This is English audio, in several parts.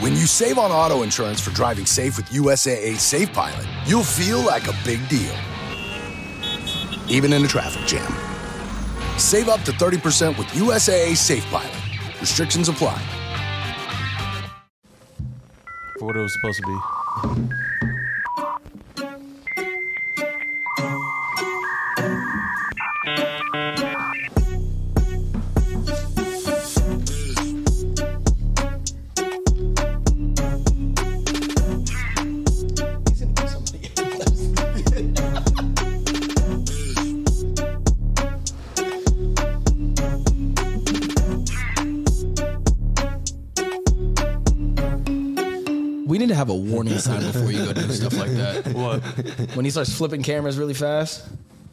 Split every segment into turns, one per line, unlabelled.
When you save on auto insurance for driving safe with USAA Safe Pilot, you'll feel like a big deal, even in a traffic jam. Save up to 30% with USAA Safe Pilot. Restrictions apply.
for what it was supposed to be.
We need to have a warning sign before you go do stuff like that.
What?
When he starts flipping cameras really fast.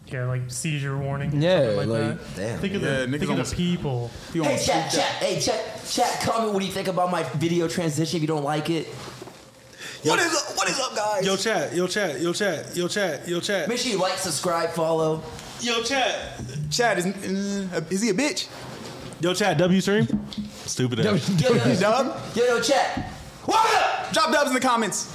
Yeah, like seizure warning.
Yeah,
something like,
like-
that.
Damn.
Think of
Yeah,
the
niggas
think of
almost-
the people.
You
Hey
almost
chat,
shoot
chat, hey chat, chat. Comment what do you think about my video transition? If you don't like it, what is up? What is up, guys?
Yo chat, yo chat, yo chat, yo chat, yo chat,
Make sure you like, subscribe, follow.
yo chat,
that. Chad is uh, is he a bitch?
yo chat. W stream, stupid ass.
Yo, yo,
Dub?
yo, yo, chat.
What up? Drop dubs in the comments.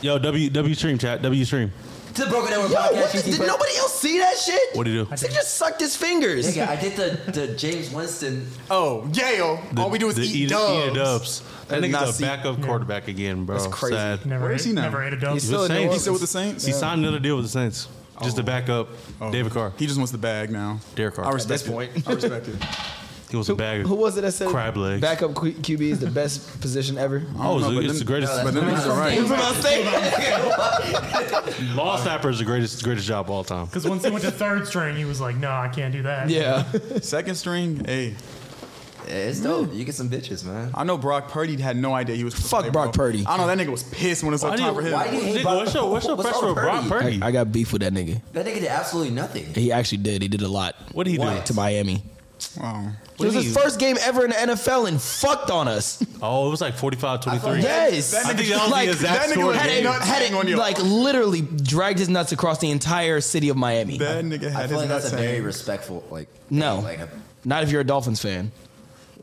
Yo W W stream chat, W stream.
To the Broken Network
Yo,
podcast.
what the,
UC
did
Bro-
nobody else see that shit?
What do you do?
He just sucked his fingers.
Nigga, I did the, the James Winston.
Oh, Yale. All we do is
the
eat,
it-
dubs.
Eat it ups.
I
That
did not
nigga's a
see-
backup quarterback again, bro. That's
crazy.
Never
Where is
ate,
he now?
Never ate a dub.
He's still
in New
Saints.
He's still with the Saints. Oh.
He signed another deal with the Saints. Just the backup, David Carr.
He just wants the bag now.
Derek Carr.
I
At
respect
this point.
it. I respect it.
He was a bag.
Who was it that said
crab legs?
backup Q- QB is the best position ever?
Oh, it's,
No,
the-
but
it's
them-
the greatest.
But them niggas are right.
Ball snapper is the greatest, greatest job of all time.
Because once he went to third string, he was like, "No, I can't do that."
Yeah.
Second string, hey.
Yeah, it's dope. You get some bitches, man.
I know Brock Purdy had no idea he was.
Fuck
Hey,
Brock Purdy.
I know that nigga was pissed when it's up
do
time
you-
for him.
Why do you hate
Nigga,
Brock?
what's your, what's your
What's
pressure
up
with
with
Brock
Purdy?
Purdy?
I, I got beef with that nigga.
That nigga did absolutely nothing.
He actually did. He did a lot.
What did he do?
To Miami.
Oh.
It was
did
his
he-
first game ever in the NFL and fucked on us.
oh, it was like 45 23.
yes.
I think that was
Like,
the exact
that nigga
score.
was
had it,
Nuts
had it,
hang on you.
like literally dragged his nuts across the entire city of Miami.
That nigga
I
had
feel like
his nuts
that's a very
hanging.
respectful, like.
No.
Like a,
Not if you're a Dolphins fan.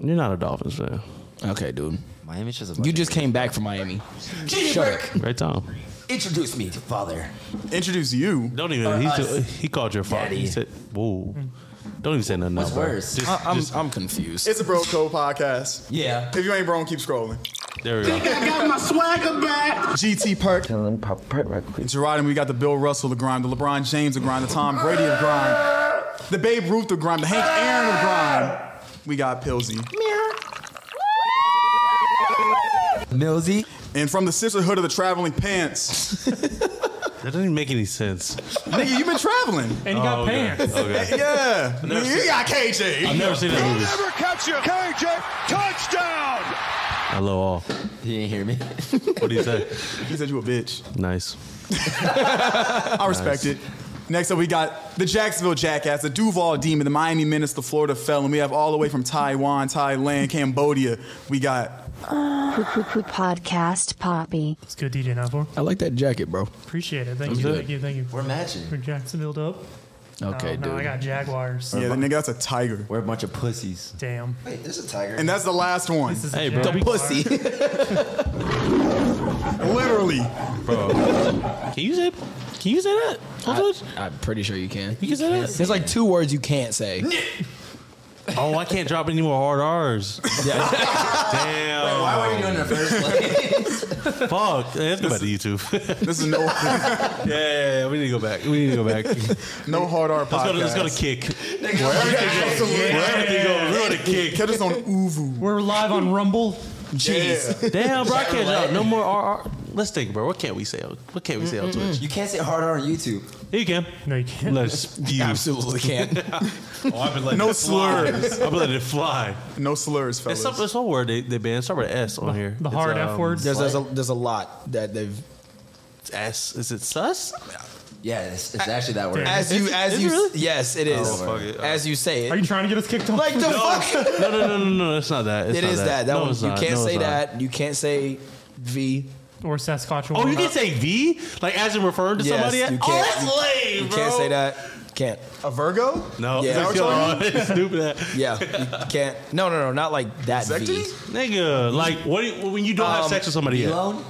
You're not a Dolphins fan.
Okay, dude.
Miami's just a. bunch
You
of
just
bitches.
came back from Miami.
Genie
Shut
Burke,
Right, Tom?
introduce me to father.
Introduce you.
Don't even.
Or
he,
us.
took- he called your father. He
Daddy.
said, "Whoa." Don't even say nothing.
What's
now, bro.
worse?
Just-
I, am
just-
I'm confused.
It's a bro code podcast.
Yeah.
If you ain't bro, keep scrolling.
there we go.
I got my swagger back.
GT Perk.
Tell him pop right, right quick.
Gerard and we got the Bill Russell to grind, the LeBron James to grind, the Tom Brady to grind, the Babe Ruth to grind, the Hank Aaron to grind. We got Pilsy.
Millsy.
And from the sisterhood of the traveling pants.
That doesn't even make any sense. Oh,
Nigga, you been traveling.
And he got pants.
Okay.
Yeah. Nigga, you got KJ.
I've never seen that movie.
catch you. KJ, touchdown.
Hello, all.
He didn't hear me.
What do you say?
He said you a bitch.
Nice.
I respect it. Next up, we got the Jacksonville Jackass, the Duval Demon, the Miami Menace, the Florida Felon. We have all the way from Taiwan, Thailand, Cambodia. We got
Podcast Poppy.
It's good, DJ Navor.
I like that jacket, bro.
Appreciate it. Thank
Who's
you.
that?
Thank you. Thank you.
We're matching.
For Jacksonville dub.
Okay,
Oh,
dude.
No, I got Jaguars.
Uh-huh.
yeah, that nigga. That's a tiger,
We're a bunch of pussies.
Damn.
Wait, there's a tiger.
and that's the last one.
This is
Hey,
a
bro.
Jaguar.
The
pussy.
Literally,
Can you say? Can you say that?
I,
Hold on.
I'm pretty sure you can.
You can say that.
There's like two words you can't say.
Oh, I can't drop any more hard R's.
Yeah.
Damn.
Why were you doing it in the first place?
Fuck. Let's go back to YouTube.
this is no
yeah, yeah, yeah, we need to go back. We need to go back. Let's
no hard R podcast.
go. To, let's go to kick.
Absolutely.
Where everything goes, we're to kick.
Catch us on Uvu.
We're live on Rumble.
Jeez.
Damn, bro, I can't drop no more RR. Let's think, bro. What can't we say? on- What can't we say on Twitch?
you can't say hard R on YouTube.
You can.
No, you can't.
Let's view.
Absolutely can't.
Oh, I've been letting
No
it fly.
slurs.
I've been letting it fly.
No slurs,
It's
fellas.
some, it's some word they, they banned. Start with an S on here.
The
It's,
hard F
um,
word.
There's, there's, a, there's a lot that they've.
It's S. Is it sus?
Yeah, it's, it's actually that word.
As you, as
is
you,
it really?
yes, it is.
Oh, fuck it.
As you say
Are
it,
you trying to get us kicked off?
like the fuck.
No, no, no, no, no. It's not that. It's
It
not
is that. That
No,
one,
it's
you
not.
can't
No, it's
say
not.
that. You can't say V.
or Sasquatch.
Oh, you can say V? Like as in referring to
Yes,
somebody?
you
oh,
can't-
that's lame,
You
bro.
can't say that. Can't.
A Virgo?
No.
Yeah.
Come on, it's stupid.
Yeah. You can't. No, no, no. Not like that. V.
Nigga, like what? do you- when you don't have
Um,
sex with somebody yet?
V-Lone?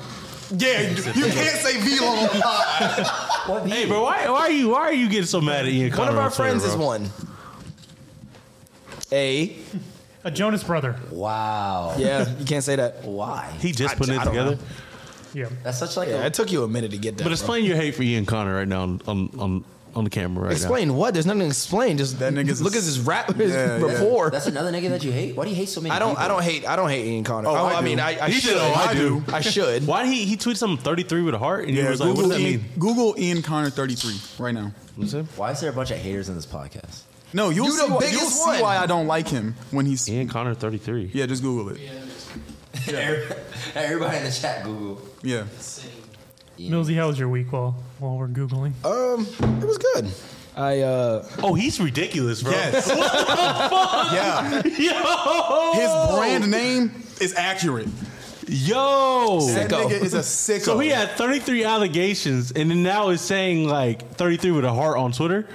Yeah, you can't say V long.
Hey, bro, why, why are you why are you getting so mad at Ian?
One of
Conner
our
on Twitter,
friends is
bro?
one. A.
A Jonas brother.
Wow.
Yeah. You can't say that.
Why?
He just
I-
putting
I
it
don't
together.
know.
Yeah.
That's such like
Yeah.
a.
It took you a minute to get that.
But
bro.
explain your hate for Ian Connor right now on on on, on the camera right now.
Explain what? There's nothing to explain. Just
That nigga's a
look at
s-
his rap, his
Yeah, yeah.
rapport.
That's another nigga that you hate. Why do you hate so many?
I don't.
People?
I don't hate. I don't hate Ian Connor.
Oh,
I,
I
I mean,
do.
I, I
He
should.
did, oh, I do.
I should.
Why did he he tweeted something thirty three with a heart and
Yeah,
you was like,
Google,
what does that
Ian,
mean?
Google Ian Connor 33 right now.
Why is there a bunch of haters in this podcast?
No, you'll,
You the
see, why, you'll
biggest
see
one.
why I don't like him when he's.
Ian Connor thirty three.
Yeah, just Google it.
Everybody in the chat, Google.
Yeah.
Millsy, how was your week while while we're googling?
Um, it was good. I uh,
Oh, he's ridiculous, bro.
Yes. Yeah.
Yo,
His brand name is accurate.
yo.
That nigga is a sicko.
So he had 33 allegations, and then now is saying like 33 with a heart on Twitter.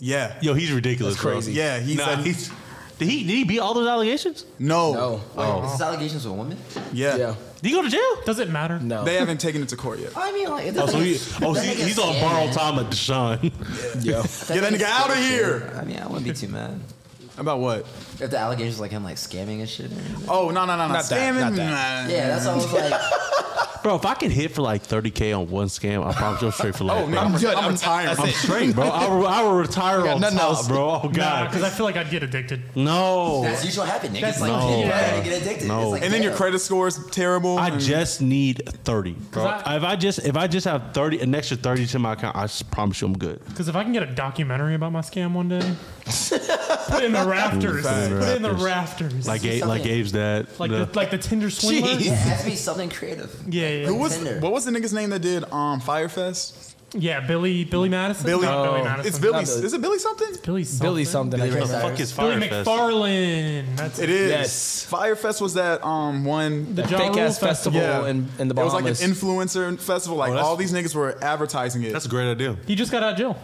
Yeah.
Yo, he's ridiculous, bro.
crazy.
Yeah, he
Nah,
said-
he's. Did he did he beat all those allegations?
No.
no,
Wait, is this allegations with women?
Yeah.
yeah,
Did he go to jail?
Does it matter?
no.
They haven't taken it to court yet.
I mean, like,
Oh, so he, oh, so he- he's on borrowed time at Deshaun.
yeah.
Get that nigga out of here.
I mean, I wouldn't be too mad
About what?
if the allegations like him like scamming and shit. Or anything.
Oh, no, no, no, no.
Not that,
Scamming?
not that.
Nah.
Yeah, that's almost like.
Bro, if I can hit for like 30K on one scam, I promise you I'm straight for life.
Oh,
bro.
no, I'm,
good.
I'm
I'm-
retired.
I'm straight, bro. I will, I will retire on
nothing
top,
else.
bro. Oh,
Nah,
God.
because I feel like I'd get addicted.
no.
That's usually what happened. Niggas
That's
like,
no,
you
bro.
get addicted.
No.
It's like,
and then your
damn.
credit score's terrible.
I
and-
just need 30, bro.
'Cause I-
if I just if I just have 30 an extra 30 to my account, I just promise you I'm good.
Because if I can get a documentary about my scam one day, put it in the rafters.
Ooh,
put it in the rafters.
Like Gabe, like
something-
Gabe's dad.
like
the-
the, like the Tinder swindler.
It
Yeah,
has to be something creative.
yeah,
Who
yeah.
was,
Tinder.
what was the nigga's name that did um, Firefest?
yeah. Billy Billy Madison.
Billy. Oh.
Not Billy Madison.
It's Billy.
Not Billy.
Is it Billy something?
Billy something.
Billy something. I
Billy
can't
Ray
the
remember.
fuck is
Billy
Firefest?
McFarlane. That's
It is.
Yes.
Firefest was that um, one.
The
That
Ja
fake
Rule
ass festival
Yeah.
in, in the
it was
Bahamas.
like an influencer festival. Like
Oh, that's-
all these niggas were advertising it.
That's a great idea.
He just got out of jail.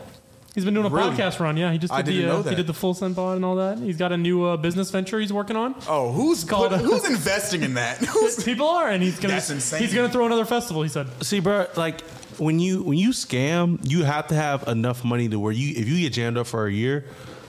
He's been doing a
Really?
podcast run. Yeah, he just did
I didn't
the uh,
know that.
he did the full send pod and all that. He's got a new uh, business venture he's working on.
oh, who's
called-
put- who's investing in that? Who's-
People are, and he's gonna
That's insane.
he's gonna throw another festival. He said.
See, bro, like when you when you scam, you have to have enough money to where you if you get jammed up for a year,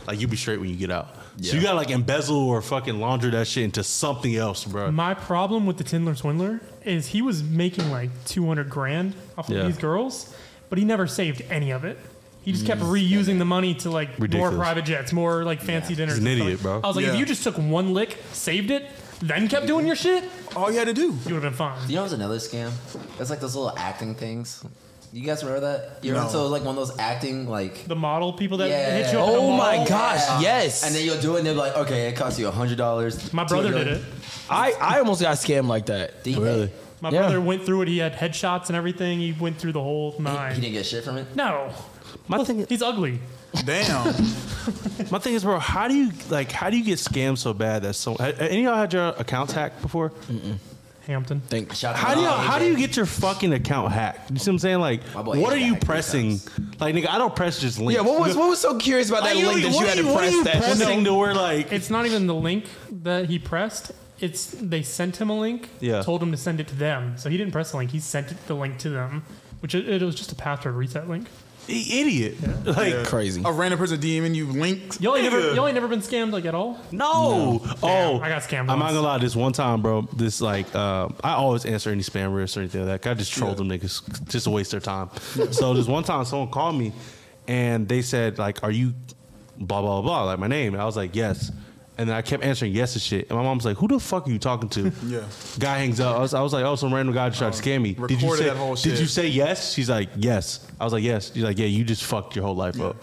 like you be straight when you get out. So you gotta like embezzle or fucking launder that shit into something else, bro.
My problem with the Tindler Swindler is he was making like 200 grand off of
Yeah.
these girls, but he never saved any of it. He just kept reusing the money to like
Mm. Ridiculous.
more private jets, more like fancy dinners.
He's an
and stuff.
idiot, bro.
I was like,
Yeah.
if you just took one lick, saved it, then kept doing your shit,
all you had to do.
you would have been fine.
You know what's another scam? It's like those little acting things. You guys remember that? You're
No.
into like one of those acting like.
The model people that
Yeah.
hit you up. at the
Oh my
mall.
gosh, yes.
And then you'll do it, and they're like, "Okay, it costs you a hundred dollars."
My brother did it.
I, I almost got scammed like that.
Did he? Really?
My
Yeah.
brother went through it. He had headshots and everything. He went through the whole nine.
He didn't get shit from it.
no,
My thing
he's ugly.
Damn.
my thing is, bro, how do you like how do you get scammed so bad that so ha- any of y'all had your accounts hacked before?
Hampton.
Think
Shout out
How
to
do you
my
how do
agent.
you get your fucking account hacked? You see what I'm saying? Like,
My boy
what
Aiden
are
got
you
hacked three
pressing? Like, nigga, I don't press just links.
Yeah, what was what was so curious about that
Like,
link that
what
you
are
had to
what are
press
you
that?
pressing to where like
It's not even the link that he pressed. It's they sent him a link.
Yeah.
Told him to send it to them. So he didn't press the link. He sent it, the link to them, which it, it was just a password reset link.
i- idiot? Like,
Crazy.
a random person DMing you links.
Y'all ain't never
Nigga.
y'all ain't never been scammed like at all.
No. Oh,
Damn, I got scammed
I'm not
once.
gonna lie. This one time, bro. This like, uh, I always answer any spam risks or anything like that. I just troll them niggas just to waste their time. so this one time, someone called me, and they said like, "Are you blah blah blah?" Like my name. And I was like, "Yes." And then I kept answering yes and shit. And my mom's like, "Who the fuck are you talking to?"
Yeah. Uh,
Guy hangs up. I was, I was like, "Oh, some random guy just tried to scam me." Did you
recorded
say?
that whole
Did
shit.
you say yes? She's like, "Yes." I was like, "Yes." She's like, "Yeah, you just fucked your whole life up."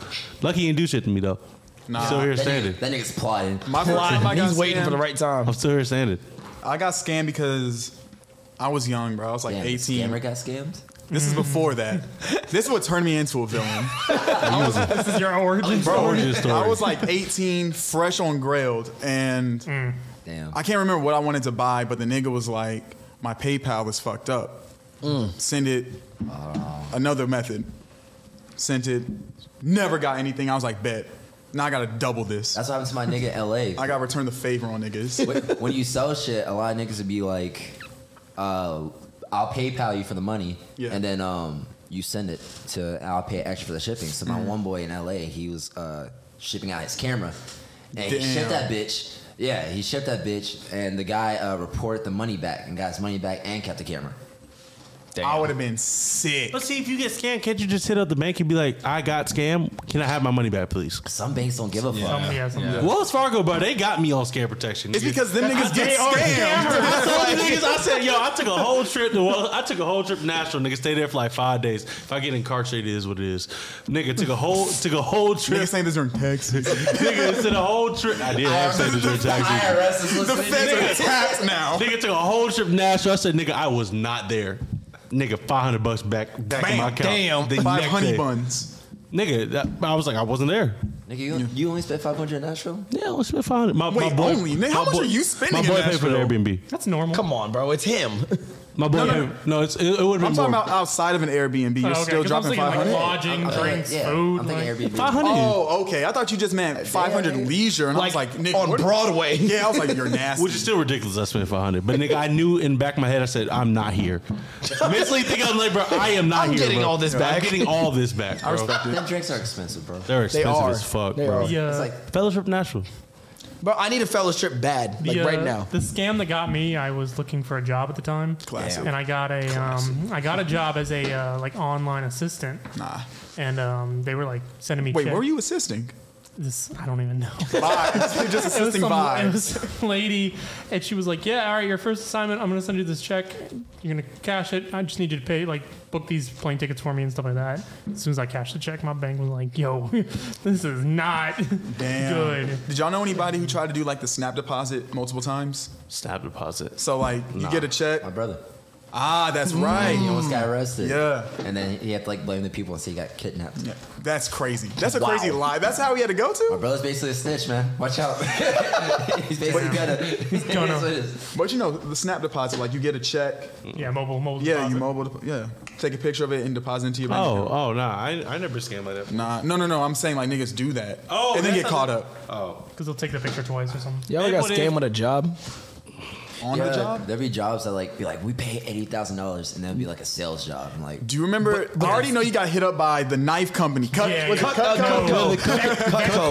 Lucky you didn't do shit to me though.
Nah.
I'm still here
That,
standing.
nigga, that nigga's plotting.
My first time I got
He's waiting
scammed-
for the right time.
I'm still here standing.
I got scammed because I was young, bro. I was like
Damn,
18.
Scammer got scammed.
This is before that. this is what turned me into a villain.
This is your origin
Bro,
story.
origin story.
I was like 18, fresh on grailed, and
Damn.
I can't remember what I wanted to buy, but the nigga was like, my PayPal is fucked up. Send it another method. sent it, never got anything. I was like, bet. Now I gotta double this. That's
what happened to my nigga LA.
I gotta return the favor on niggas.
When- when you sell shit, a lot of niggas would be like, uh, "I'll PayPal you for the money,"
Yeah.
and then um, you send it to I'll pay extra for the shipping. So my
Mhm.
one boy in LA, he was uh, shipping out his camera, and he
Damn.
shipped that bitch. Yeah, he shipped that bitch, and the guy uh, reported the money back and got his money back and kept the camera.
I would have been sick.
But see, if you get scammed, can't you just hit up the bank and be like, "I got scammed. Can I have my money back, please?"
Some banks don't give a fuck.
Some- yeah, some do.
Wells Fargo, bro, they got me on scam protection.
It's
nigga.
because them niggas
They
get
are
scammed.
I told the niggas, I said, yo, I took a whole trip to Wel- I took a whole trip national, nigga. Stay there for like five days. If I get in car shit, it is what it is. Nigga took a whole took a whole trip.
Niggas saying this are in Texas.
nigga took a whole trip. I did have sex with Joe Jackson.
The feds are tapped now.
Nigga took a whole trip national. I said, nigga, I was not there. Nigga, five hundred bucks back back in
Bam.
my account.
Damn.
the
Five
next
honey
day.
buns.
Nigga, that, I was like, I wasn't there.
Nigga, you, you only spent five hundred in Nashville.
Yeah, I was spent five hundred. My,
Wait,
my boy,
only? Nigga, how
my
much
boy-
are you
My
spending in
boy paid for the
Nashville?
Airbnb.
That's normal.
Come on, bro. It's him.
My boy, no, no, it's, it, it would have been
I'm talking
more.
about outside of an Airbnb. You're
Oh, okay,
still
'cause I was
dropping
thinking, like,
500.
lodging,
I- I-
drinks,
yeah,
food,
I'm thinking
like-
Airbnb.
500.
Oh, okay. I thought you just meant 500 leisure, and I was like, nigga,
on
what-
Broadway.
Yeah, I was like, you're nasty.
Which is still ridiculous. I spent 500. But nigga, I knew in back of my head, I said, I'm not here. Mentally thinking, I'm like, bro, I am not
I'm
here.
getting
bro.
all this
Yeah,
back.
I'm getting all this back. Bro.
I respect it. Them drinks are expensive, bro.
They're
They
expensive
are.
as fuck,
They
bro.
are.
Yeah.
It's like
Fellowship Nashville.
Bro, I need a fellowship bad, like
The, uh,
right now.
The scam that got me, I was looking for a job at the time.
Classic.
And I got a um, I got a job as a uh, like online assistant.
Nah.
And um, they were like sending me.
Wait,
check-
where were you assisting?
This I don't even know.
Vibes. Just
It was
assisting
some- It
vibes.
was some lady, and she was like, "Yeah, all right, your first assignment. I'm gonna send you this check. You're gonna cash it. I just need you to pay, like, book these plane tickets for me and stuff like that." As soon as I cashed the check, my bank was like, "Yo, this is not
Damn.
good."
Did y'all know anybody who tried to do like the snap deposit multiple times?
Snap deposit.
So like you
Nah. Mm.
get a check.
My brother.
Ah, that's
Right,
right.
he almost
Mm.
got arrested.
Yeah.
and then he had to like blame the people and say he got kidnapped.
That's crazy. That's a
Wow.
crazy lie. That's how he had to go to.
My brother's basically a snitch, man. Watch out. he's basically gonna. He's
But you know the snap deposit, like you get a check.
Yeah, mobile, mobile.
Yeah, you mobile. Dep- yeah, take a picture of it and deposit into your bank.
Oh,
uh
account.
oh, nah. I, I never scam like that.
Nah, no, no, no. I'm saying like niggas do that.
Oh,
and then
that's how
get caught
they-
up
Oh.
Because they'll take the picture twice or something.
Y'all got
what if-
scammed with a job?
on the job.
Uh, There'd be jobs that like be like, we pay eighty thousand dollars, and that'd be like a sales job. I'm like,
Do you remember? I already know you got hit up by the knife company. Cut,
Yeah,
cut,
yeah.
cut, cut,
Cutco.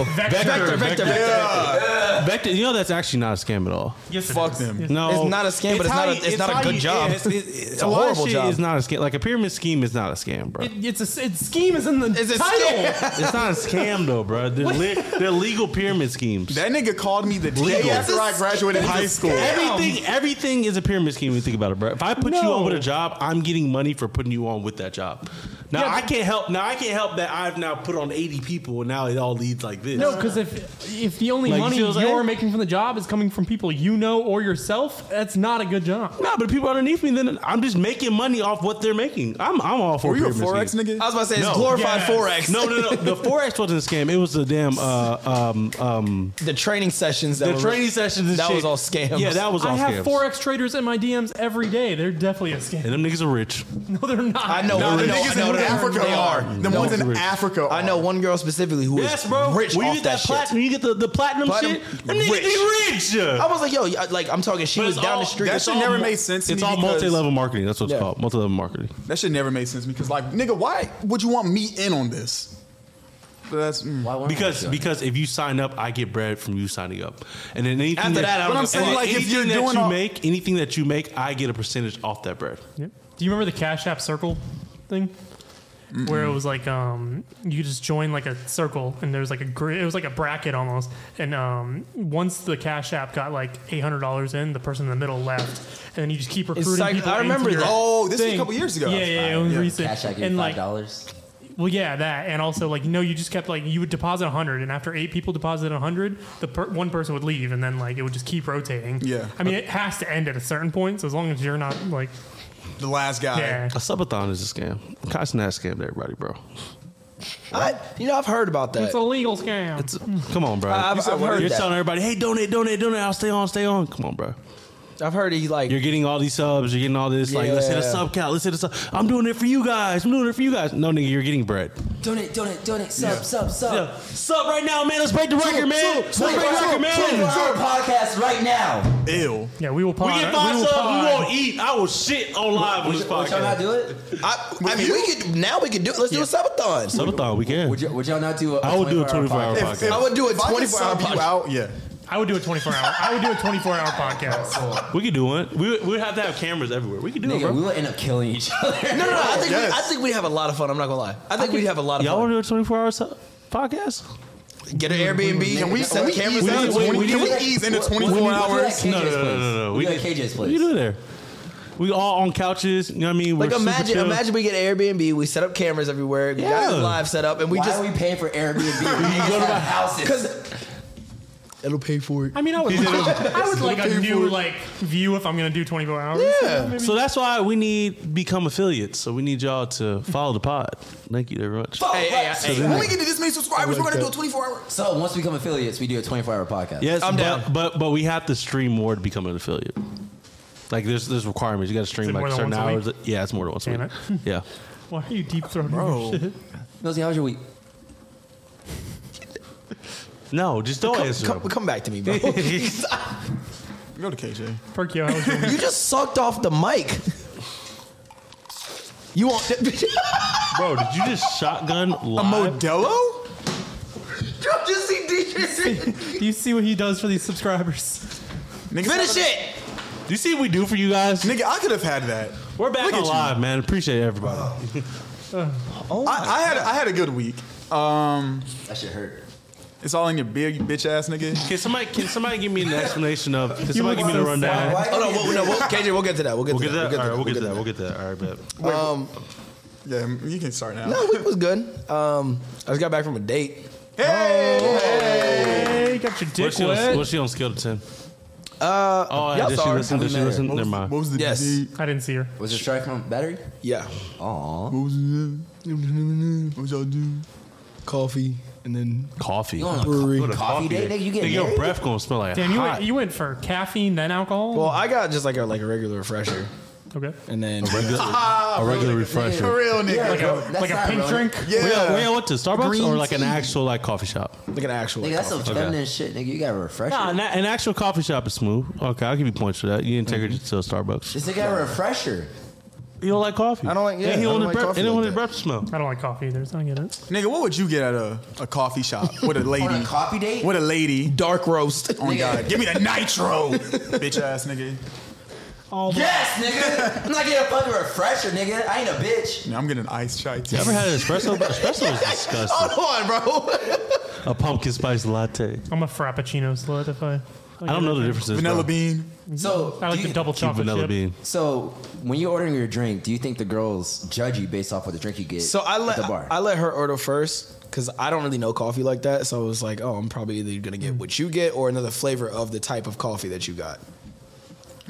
Cutco.
Vector, Vector,
Yeah.
Vector. You know that's actually not a scam at all.
Yes, it
Fuck
is.
them.
Yes.
No,
It's not a scam, but it's
how
not a-
you-
it's not a
how
good
you-
job.
yeah, It's, it's- it's
It's
a
a
lot of
horrible
shit
job.
Is not a scam. Like a pyramid scheme is not a scam, bro.
It- it's a it's scheme is in the
Is it
title.
scam?
It's not a scam though, bro. They're, le- they're legal pyramid schemes.
That nigga called me the day
Legal.
after I graduated high school.
Everything, everything is a pyramid scheme. When you think about it, bro. If I put you on with a job, I'm getting money for putting you on with that job. Now
Yeah,
I
but-
can't help. Now I can't help that I've now put on 80 people, and now it all leads like this.
No, because if if the only
Like, you
money
see what I'm saying?
you're making from the job is coming from people you know or yourself, that's not a good job.
no, but the people underneath me, then I'm just making money off what they're making. I'm, I'm all for.
Were you a
pyramid
forex
schemes.
nigga?
I was about to say, it's
No.
glorified
Yes.
Forex.
No, no, no. The forex wasn't a scam. It was the damn uh, um, um,
The training sessions that
the
were-
training sessions. and
That
shit.
was all scams.
Yeah, that was all
I
scams.
have forex traders in my DMs every day. They're definitely a scam.
and them niggas are rich.
No, they're not.
I know.
Nah,
I
the
know,
niggas
I know
in
they are.
Africa
They
are.
are.
The
No.
ones in Africa are.
I know one girl specifically who is
Yes, bro.
rich
when
off
you get that,
shit.
platinum, you get the, the platinum,
Platinum,
shit. Them niggas
rich.
be rich. Oh,
I was like, yo, y- like I'm talking. She
But
was
it's
down
all-
the street.
That shit
all
never
mul-
made sense to
It's
me
all
because-
multi-level marketing. That's what it's
Yeah.
called. Multi-level marketing.
That shit never made sense to me because, like, nigga, why would you want me in on this? But that's mm.
why weren't
Because
you doing
because if you sign up, I get bread from you signing up, and then anything
After that, I
and then
don't know.
But I'm saying, like, if
anything
you're
that
doing
you
all-
make anything that you make, I get a percentage off that bread.
Yep. Do you remember the Cash App Circle thing? Where it was like um, you just join like a circle and there's like a gr- it was like a bracket almost and um, once the Cash App got like eight hundred dollars in the person in the middle left and then you just keep recruiting
like-
people.
I remember
into your
that.
Oh, this was a
thing.
couple years ago.
Yeah, yeah,
That's
yeah,
fire.
it was
Yeah.
that?
recent.
Cash App gave
and
you
like
five dollars.
Well, yeah, that, and also like no, you just kept like you would deposit a hundred, and after eight people deposited a hundred, the per- one person would leave, and then like it would just keep rotating.
Yeah.
I mean, it has to end at a certain point. So as long as you're not like,
the last guy.
yeah,
A subathon is a scam. Constant ass scam to everybody, bro.
I, you know, I've heard about that.
it's a legal scam.
It's, come on, bro.
I've-
You said
I've
what?
heard
You're
that.
telling everybody, hey, donate, donate, donate. I'll stay on, stay on. Come on, bro.
I've heard he like
you're getting all these subs, you're getting all this. Like let's hit a
Yeah.
sub count, let's hit a sub. I'm doing it for you guys. I'm doing it for you guys. No nigga, you're getting bread.
Donate, donate, donate. Sub,
Yeah.
sub, sub.
Yeah. Sub right now, man. Let's break the record, man. Let's break the record, man.
podcast right now.
Ew.
Yeah, we will
We
pod.
get
we
five
will
subs,
pod.
we won't eat. I will shit on live on this podcast.
y'all not do it?
I, I mean, we could now we could do. Let's do a subathon.
Subathon, we can.
Would, y- would y'all not do a,
I would do a 24 hour
podcast?
podcast.
I would do a
If I could
24 hour
sub you
podcast.
out, yeah.
I would do a 24 hour. I would do a 24 hour podcast.
We could do one. We would- we would have to have cameras everywhere. We could do it,
Nigga,
bro.
we will end up killing each other.
No, no, no. I think
Yes.
we, I think we have a lot of fun. I'm not gonna lie. I think we have a lot of
Y'all
fun.
want to do a 24 hour sub- podcast?
Get an Airbnb.
Can we
set
send
the
we
cameras
ease
out?
into
we-
20
we
Can we
did-
ease into
We'll do
24
that- we'll do that
hours?
at
No, no,
KJ's
no, no, no, no. We
place. We'll
could-
do that at KJ's
We
place.
can do it there. We all on couches. You know what I mean?
Like
We're super
imagine,
chill.
imagine we get an Airbnb, we set up cameras everywhere, we got
Yeah.
a live set up, and we
Why
just
are we paying for Airbnb? we go to my houses. Because
it'll pay for it.
I mean, I would. I would like a new like view if I'm gonna do 24 hours.
Yeah.
So that's why we need become affiliates. So we need y'all to follow the pod. Thank you very much.
Hey, hey, hey, hey.
When we get to this many subscribers, we're gonna do a 24 hour.
so once we become affiliates, we do a 24 hour podcast.
Yes,
I'm
but,
down.
But but we have to stream more to become an affiliate. Like there's there's requirements. You got to
Is
stream
it
like
more than
certain
once
hours.
a
Yeah, it's more than once a
Damn
week. Yeah.
Why are you deep throating your shit?
Nosey, how was your week?
No, just don't
Come,
answer.
come- come back to me, bro.
Go to KJ.
Perkyo, how was your
you just sucked off the mic. You want
Bro, did you just shotgun
A
live?
Modelo?
just see DJ?
Do you see what he does for these subscribers?
Nigga,
Finish it.
Do you see what we do for you guys?
Nigga, I could have had that.
We're back
Look at you.
alive, man. Appreciate everybody.
I, I had I had a good week. Um,
That shit hurt.
it's all in your beer, you bitch ass nigga.
Can somebody can somebody give me an explanation of? Can somebody give
look
me the
so
rundown?
sad.
Why-
Oh no, we'll, no, we'll, KJ, we'll get to that. We'll get
We'll
to
get that. All right, we'll get to
to
that. We'll get to that. All right, bet.
that. Um,
Yeah, you can start now.
no, week was good. Um, I just got back from a date.
Hey!
Hey, you got your dick
What's she,
wet.
on, what's she on scale to ten?
Uh,
Oh,
y'all
did
saw
she
her.
listen? Did she
Haven't met
listen?
What
Never
was-
mind.
What was the
Yes.
date?
I didn't see her.
Was your strike on battery?
yeah,
Aw.
What was the What was y'all do?
coffee and then
Coffee.
You on a
Brewery.
co- coffee, date, nigga? You get
Nigga, your
married?
breath gonna smell like
Damn, you
hot.
went, you went for caffeine then alcohol.
Well, I got just like a like a regular refresher,
okay.
and then
Ah,
a regular
for
refresher.
real, nigga.
Like a,
That's
like a
not
pink
really-
drink.
Yeah.
We all, we all went to Starbucks
Green
or like an
tea.
actual like coffee shop.
like an actual.
Nigga, that's some
coffee.
feminine shit, nigga. You got a refresher.
Nah, an, an actual coffee shop is smooth. Okay, I'll give you points for that. You didn't take her to Starbucks.
This nigga got a refresher.
You don't like coffee.
I don't like- yeah,
And he
I don't
wanted
like
breath-
coffee
and he
like
wanted
that.
breath to smell.
I don't like coffee either, so I get it.
Nigga, what would you get at a, a coffee shop with a lady?
On a coffee date?
With a lady.
dark roast.
Oh my
Nigga.
God. Give me the nitro, bitch ass nigga.
Oh,
Yes, nigga. I'm not getting a fucking refresher, nigga. I ain't a bitch.
Now I'm getting ice chai tea.
You ever had an espresso? espresso is disgusting.
Hold on, bro.
A pumpkin spice latte.
I'm a frappuccino slut if I.
I don't know the differences.
vanilla
bro.
bean?
So,
I like
do you,
the double
Keep
chocolate
vanilla
chip.
bean.
so when you're ordering your drink, do you think the girls judge you based off what the drink you get?
So I
at
let
the bar.
I let her order first because I don't really know coffee like that. So I was like, oh, I'm probably either gonna get what you get or another flavor of the type of coffee that you got.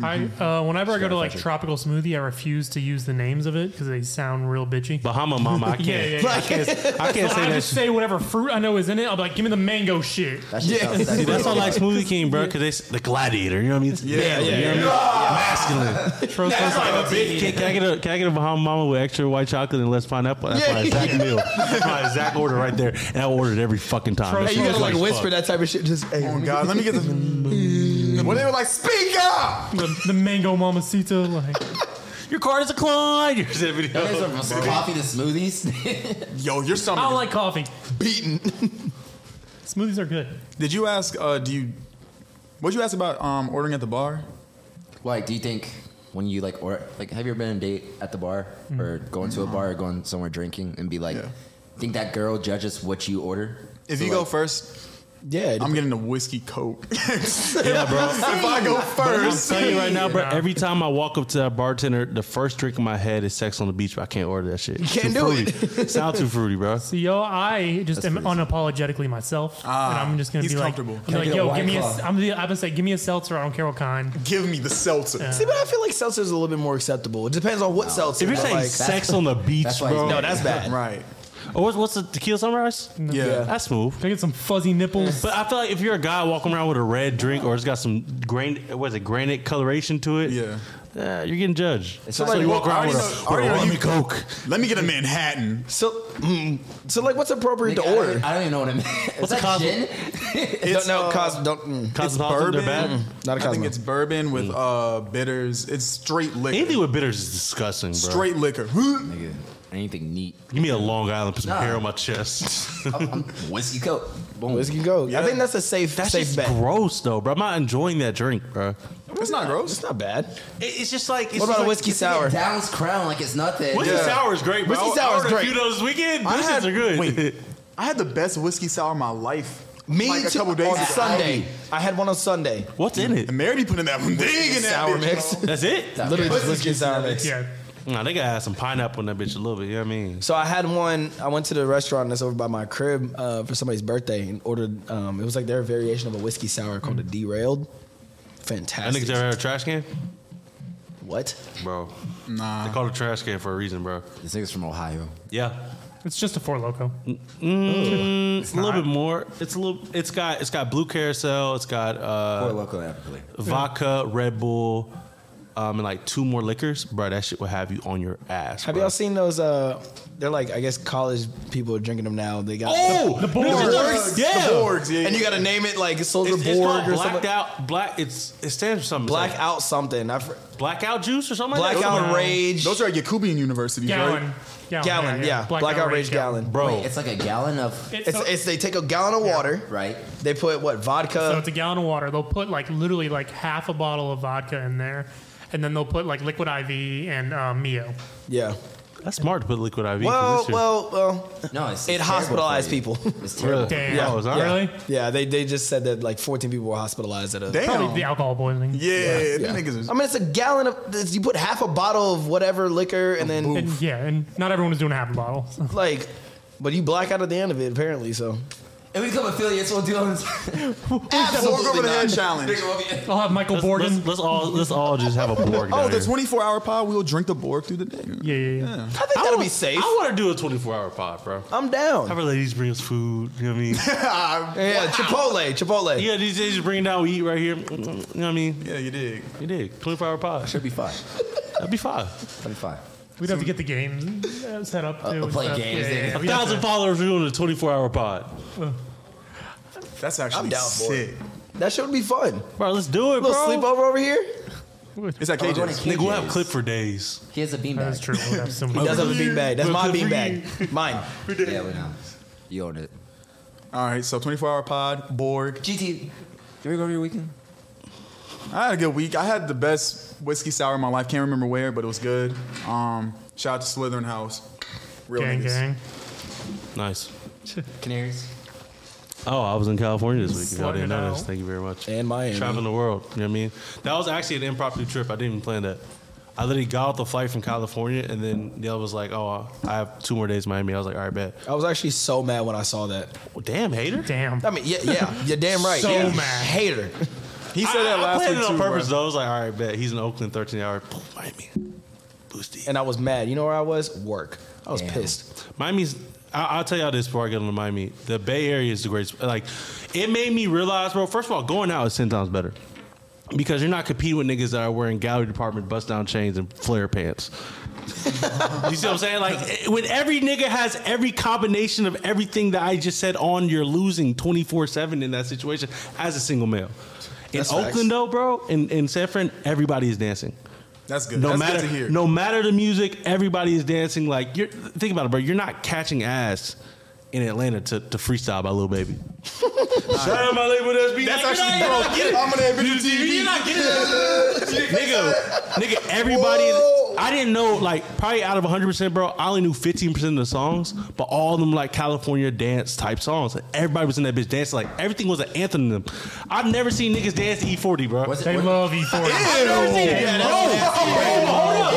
I uh, whenever I go to like tropical smoothie, I refuse to use the names of it because they sound real bitchy.
Bahama mama. I can't.
Yeah, yeah, yeah.
I can't. I can't say
I
that.
just
shit.
say whatever fruit I know is in it. I'll be like, give me the mango shit.
that shit sounds
See,
sexy.
that's why I like Smoothie King, bro, because they s- the gladiator. You know what I mean? Yeah, yeah, Masculine. That's like a big can, can I get a can I get a Bahama Mama with extra white chocolate and less pineapple? That's my exact meal. That's my exact order right there, and I ordered it every fucking time. That
Hey,
shit
you gotta
was
like
fuck.
whisper that type of shit. Just hey,
Oh God, let me get this. When they were like, speak up!
The, the mango mamacita, like
Your card is a clone. Your video.
You guys are from coffee to smoothies.
Yo, your
I
stomach
don't
is
like coffee.
beaten.
Smoothies are good.
Did you ask? Uh, do you? What'd you ask about um, ordering at the bar?
like, do you think when you like or like have you ever been on a date at the bar or going to a bar or going somewhere drinking and be like,
Yeah.
think that girl judges what you order?
If
So,
you go
like,
first,
yeah,
I'm getting a whiskey coke.
Yeah, bro.
if I go
I'm
first,
telling you right now, bro. Every time I walk up to that bartender, the first drink in my head is Sex on the Beach. But I can't order that shit. You
can't do
it. Sound too fruity, bro.
So yo, I just am
pretty
unapologetically myself,
Ah,
and I'm just gonna
he's
be like,
comfortable.
I'm
Can I
like,
get a
yo,
White
give me a.
Claw?
I'm, the, I'm gonna say, give me a seltzer. I don't care what kind.
give me the seltzer.
See, but I feel like seltzers is a little bit more acceptable. It depends on what seltzer.
If you're
but,
saying
like,
Sex on the Beach,
that's why he's
bro,
mad.
no, that's bad.
Right.
Oh, what's, what's the tequila sunrise?
Yeah. Yeah.
that's smooth.
They get some fuzzy nipples.
But I feel like if you're a guy walking around with a red drink or it's got some grain, what is it, granite coloration to it? Yeah, you're getting judged.
It's
so
like-
you walk
I
around
already
with
know-
a,
I
with
already
a
know
lemon
you-
coke.
Let me get a Manhattan.
So, mm, so like, what's appropriate
Nigga, I
to
don't-
order?
I don't even know what it means. What's that gin?
It's, no, no, cos, don't. Mm.
bourbon.
Mm, Not a
I think
Cosmo.
it's bourbon with uh, bitters. It's straight liquor.
Anything with bitters is disgusting, bro.
Straight liquor.
Nigga, anything neat.
Give me a Long Island, put some
Nah.
hair on my chest.
Whiskey Coke. Boom.
Whiskey Coke. I think that's a safe,
That's
safe
just
bet.
gross though, bro. I'm not enjoying that drink, bro.
It's not gross.
It's not bad.
It's just like
what about a whiskey sour?
Downs Crown like it's nothing.
Whiskey sour is great, bro.
Whiskey
I-
sour
I
is
ordered
great.
A few of those this weekend.
I
Those
had-
are good.
wait. I had the best whiskey sour of my life.
Me
like a
too.
couple days
on
ago.
Sunday. I had one on Sunday.
What's in it?
And Mary be putting that one big in that
Sour
bitch,
mix.
bro.
That's it.
Literally just whiskey sour mix.
Yeah.
Nah, they gotta add some pineapple in that bitch a little bit. You know what I mean?
So I had one. I went to the restaurant that's over by my crib uh, for somebody's birthday and ordered. Um, it was like their variation of a whiskey sour called a derailed.
That niggas
Fantastic.
ever had a trash can,
What?
bro? They
Nah.
call it a trash can for a reason, bro.
This nigga's from Ohio.
Yeah,
It's just a four loco.
Mm,
It's
a little
not.
bit more. It's a little. It's got. It's got blue carousel. It's got
Or
uh,
local apple.
vodka, Red Bull, um, and like two more liquors, bro. That shit will have you on your ass.
Have
bro.
y'all seen those? Uh, they're like I guess college people are drinking them now. They got
Oh,
the,
the Borgs.
Borgs,
Yeah.
the Borgs,
Borgs, yeah,
and you
yeah.
got to name it like Soldier
It's, it's
Borg
called
or
blacked
something.
out. Black. It's it stands for something. It's
Black
like
out something. I, fr-
blackout juice or something. like that?
blackout
Those are- oh,
rage.
Those are at Yakubian University, right?
Gallon. Gallon.
gallon. Yeah, blackout, rage gallon.
bro.
Wait, it's like a gallon of
It's,
It's, uh,
so,
it's they take a gallon of water.
right.
They put what
so
vodka.
it's a gallon of water. They'll put like literally like half a bottle of vodka in there, and then they'll put like liquid IV and uh, Mio.
yeah.
That's smart to put liquid IV. 'cause
Well,
this shit-
well, well.
No, it's,
It
it's terrible
hospitalized
for you.
people.
It's terrible.
Damn.
Yeah. Oh, is that
yeah.
right?
Really?
Yeah, they they just said that like 14 people were hospitalized at a.
Damn.
Probably the alcohol poisoning.
yeah, them
Yeah.
niggas is.
I mean, it's a gallon of. it's- You put half a bottle of whatever liquor, and then
And, yeah, and not everyone was doing a half a bottle. so.
like, but you black out at the end of it apparently. So
And we become affiliates, we'll do all this.
Borg over the head challenge.
Nigga,
I'll have Michael
Let's,
Borgen.
let's, let's all let's all just have a Borg.
Oh,
down
the
here.
24 hour pod, we'll drink the Borg through the day.
yeah, yeah, yeah.
I think that'll be safe.
I want to do a 24 hour pod, bro.
I'm down.
Have our ladies bring us food. You know what I mean?
Ah,
Yeah, Chipotle, Chipotle.
yeah, these days just bring down we eat right here. Mm, You know what I mean?
Yeah, you dig.
You did 24 hour pod.
Should be fine.
That'd be fine.
Should be fine.
We'd have to get the games uh, set up. too
we'll
and
play
stuff.
games,
Yeah,
nigga.
yeah,
Oh,
yeah.
A
We'd have
thousand
to-
followers doing a 24 hour pod,
That's actually
I'm down for it.
sick.
That should be fun.
bro. Let's do it,
A little
bro.
sleepover over here.
It's at
Oh, we're going to
KJ's.
Nigga, we'll have
KJ's.
clip for days.
He has a beanbag.
That's true. We'd have so many-
He does have a
Over
bean bag. That's
here.
my
Over
bean bag.
here.
Mine.
Yeah, we know. You own it.
All right, so 24 hour pod, Borg.
GT, do we go over your weekend?
I had a good week. I had the best whiskey sour in my life. Can't remember where, but it was good. Um, shout out to Slytherin House. Real
Gang,
niggas.
gang.
Nice.
Canaries.
Oh, I was in California this week. If y'all
Slugging
didn't
out.
notice, thank you very much.
And Miami.
Traveling the world. You know what I mean? That was actually an impromptu trip. I didn't even plan that. I literally got off the flight from California, and then Dale was like, "Oh, I have two more days in Miami." I was like, "All right, bet."
I was actually so mad when I saw that.
Well, damn, hater.
Damn.
I mean, yeah, yeah, you're damn right.
So
yeah.
mad.
hater.
He
I,
said that
I
last
planned
week
it on
too,
purpose.
bro.
Though I was like, "All right, bet." He's in Oakland, 13 hour. Boom, Miami, boosty.
And I was mad. You know where I was? Work. I was pissed.
Miami's. I, I'll tell y'all this before I get into Miami. The Bay Area is the greatest. Like, it made me realize, bro. First of all, going out is ten times better because you're not competing with niggas that are wearing gallery department bust down chains and flare pants. you see what I'm saying? Like, eh, when every nigga has every combination of everything that I just said on, you're losing 24 seven in that situation as a single male. In
That's
Oakland,
facts.
though, bro, in, in San Fran, everybody is dancing.
That's good.
No
That's
matter
good to hear.
no matter the music, everybody is dancing. Like you're think about it, bro. You're not catching ass in Atlanta to, to freestyle by Lil Baby. Shout out my label that's being
That's
like, you're
actually
not-
dope.
you're not
I'm gonna
getting
admit
it.
to TV.
You're not getting it. nigga, nigga, everybody.
Whoa.
I didn't know like probably out of 100 percent, bro. I only knew 15 percent of the songs, but all of them like California dance type songs. Like, everybody was in that bitch dancing. Like everything was an anthem. To them. I've never seen niggas dance to E40, bro.
What's it?
They
what-
love E E40.
I've never seen it. Bro, bro, but hold up.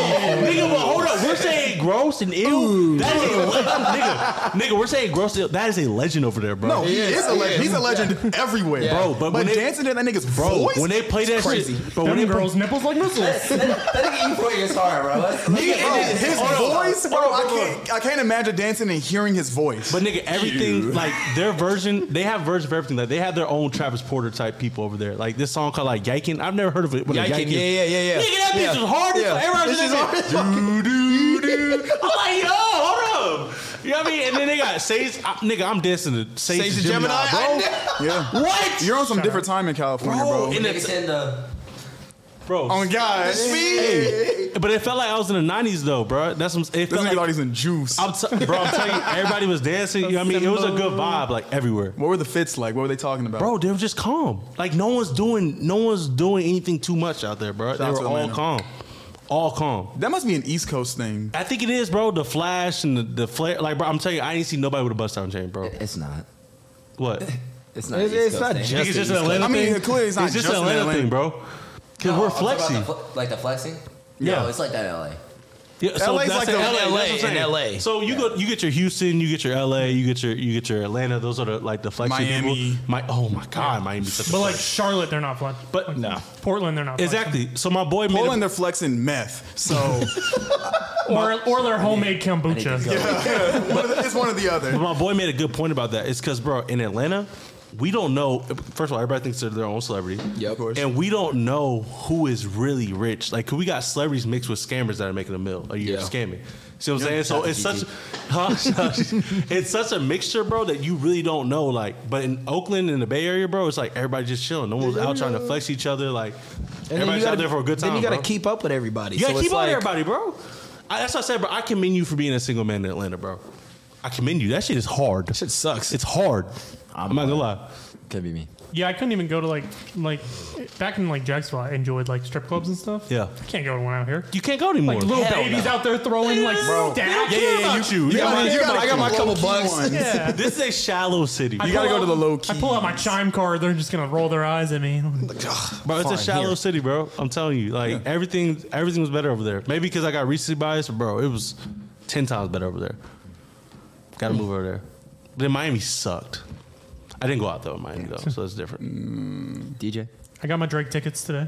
Nigga, but hold up. We're saying gross and ill. That is a nigga, nigga, we're saying gross. and ill. That is a legend over there, bro.
No, he is a legend. He's a legend everywhere,
Yeah. Bro, but when they-
dancing to that nigga's
Bro,
voice,
when they play that
it's crazy.
shit, but when they play,
nipples like
nigga E40 is hard, bro. Let's, let's
He-
get
bro,
into this.
Oh, his
Hold on.
voice, bro.
Hold on,
I
hold on.
can't, I can't imagine dancing and hearing his voice.
But nigga, everything like their version, they have versions of everything. Like they have their own Travis Porter type people over there. Like this song called like Yikin. I've never heard of it. What a
Yikin, yeah, yeah, yeah, yeah.
Nigga, that bitch
Yeah.
is hard. as
Yeah.
Everybody's in
This
that
is
bitch. Do, do, do. I'm like, yo, hold up. You know what I mean? And then they got Sage. I, nigga, I'm dancing to Sage,
Sage
the
the
Gemini,
Gemini,
bro.
yeah.
What?
You're on some different time in California, bro.
in
Niggas in the
Bro,
On God.
Hey. but it felt like I was in the '90s though, bro. That's what I'm, it
This
felt
nigga
like.
thought he's in juice.
I'm t- bro, I'm telling you, everybody was dancing. You know what I mean? It was a good vibe, like everywhere.
What were the fits like? What were they talking about?
Bro, they were just calm. Like no one's doing, no one's doing anything too much out there, bro.
Shout out
they
to
were all
Atlanta.
calm, all calm.
that must be an East Coast thing.
I think it is, bro. The flash and the, the flare, like, bro. I'm telling you, I ain't seen nobody with a bust down chain, bro.
It's not.
What?
It's not.
It's- it's
East Coast
not
thing.
just-
Think it's just
the
an
East
Atlanta
I mean,
thing.
clearly it's not
just
just
an
in
Atlanta,
Atlanta.
thing, bro. Because
No,
we're
Oh, I'm talking about
flexing.
the fl- like the flexing.
Yeah.
No, it's like that LA.
Yeah,
LA 's
that's
like
in
the
that's what I'm
in
saying.
LA.
So you go, you get your Houston, you get your LA, you get your you get your Atlanta. Those are the like the flexing
Miami.
people. My oh my god, Miami's such a
But like
flex.
Charlotte, they're not flat.
But
like,
no.
Portland, they're not flat.
exactly. So my boy made a-
Poland, they're flexing meth. So
Or or their homemade kombucha.
One of the- it's one or the other.
But my boy made a good point about that. It's because, bro, in Atlanta, we don't know. First of all, everybody thinks they're their own celebrity.
Yep. Of course.
And we don't know who is really rich. Like, we got celebrities mixed with scammers that are making a mill a year
Yeah.
scamming. See what I'm saying?
Yeah,
So it's
shout out
such, huh? it's such a mixture, bro, that you really don't know. Like, but in Oakland and the Bay Area, bro, it's like everybody just chilling. No one's out trying to flex each other. Like,
And
everybody's
gotta-
out there for a good time.
Then you gotta
bro.
keep up with everybody.
You gotta
So
keep
it's
up with
like-
everybody, bro. I, that's what I said, bro. I commend you for being a single man in Atlanta, bro. I commend you. That shit is hard.
Shit sucks.
It's hard. I'm, not gonna lie.
Could be me.
Yeah, I couldn't even go to like like back in like Jacksonville. I enjoyed like strip clubs and stuff.
Yeah.
I can't go to one out here.
You can't go anymore.
Like little
Hell
babies
no.
out there throwing like
Bro.
stacks.
Yeah, yeah, yeah. You, you, got
You gotta-
my-
you
you
gotta
I got
get
my
the
couple
low-key
bucks.
ones.
got- this is a shallow city.
I
You gotta
pull
go to the
out-
low key.
I pull out my chime card. They're just gonna roll their eyes at me.
bro, it's a
Fine,
shallow
here.
city, bro. I'm telling you, like everything, everything was better over there. Maybe because I got recency bias, but bro. It was ten times better over there. Got to move over there. But in Miami sucked. I didn't go out though in Miami though, so it's different.
DJ.
I got my Drake tickets today.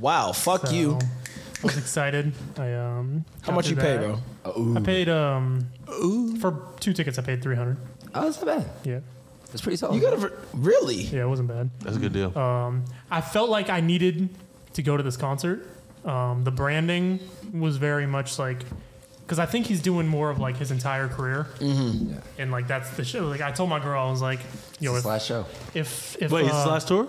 Wow, fuck
so
you.
I was excited. I um.
How much you pay, bro?
I paid um for two tickets. I paid three hundred.
Oh, that's not bad.
Yeah,
It's pretty solid.
You gotta really.
yeah, it wasn't bad.
That's a good deal.
Uh, I felt like I needed to go to this concert. Um, the branding was very much like, because I think he's doing more of like his entire career, mm-hmm.
Yeah.
and like that's the show. Like I told my girl, I was like, yo,
It's
if
the last show.
if, if
Wait, his
uh,
last tour?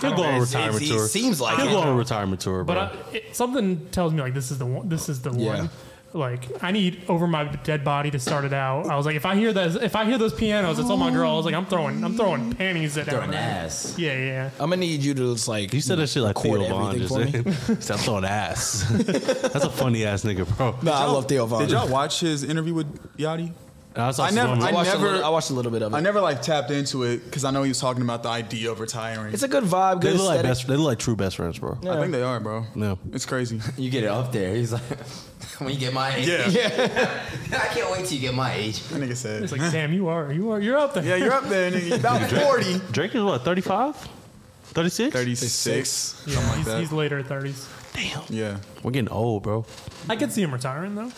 He'll go on a
It's-
retirement
it's- it
tour.
seems like
he'll
it.
go on a retirement tour, bro.
but I, it, something tells me like this is the one. This is the
Yeah.
one. Like I need over my dead body to start it out. I was like, if I hear those, if I hear those pianos, I told my girl, I was like, I'm throwing, I'm throwing panties at
Throwing
everything.
ass.
Yeah, yeah, yeah.
I'm gonna need you to just like.
you said that shit like
Court
Theo Vaughn
everything
just
for me.
did. Said, I'm throwing ass. That's a funny ass nigga, bro.
Nah, I love Theo Vaughn.
Did y'all watch his interview with Yachty?
And I, saw
I
some
never-
one-
I
I
watched, a
never-
little, I watched a little bit of it.
I never like tapped into it because I know he was talking about the idea of retiring.
it's a good vibe.
they
Good
look like
aesthetic.
best. They look like true best friends, bro.
I think they are, bro.
No.
It's crazy.
You get it up there. He's like, when you get my age.
Yeah.
I can't wait till you get my age.
That nigga said.
It's like, damn, you are, you are, you're up there.
yeah, you're up there, nigga. You About 40.
Drake is what 35, 36.
36.
Yeah, he's, he's later thirties.
Yeah.
We're getting old, bro.
I could see him retiring though.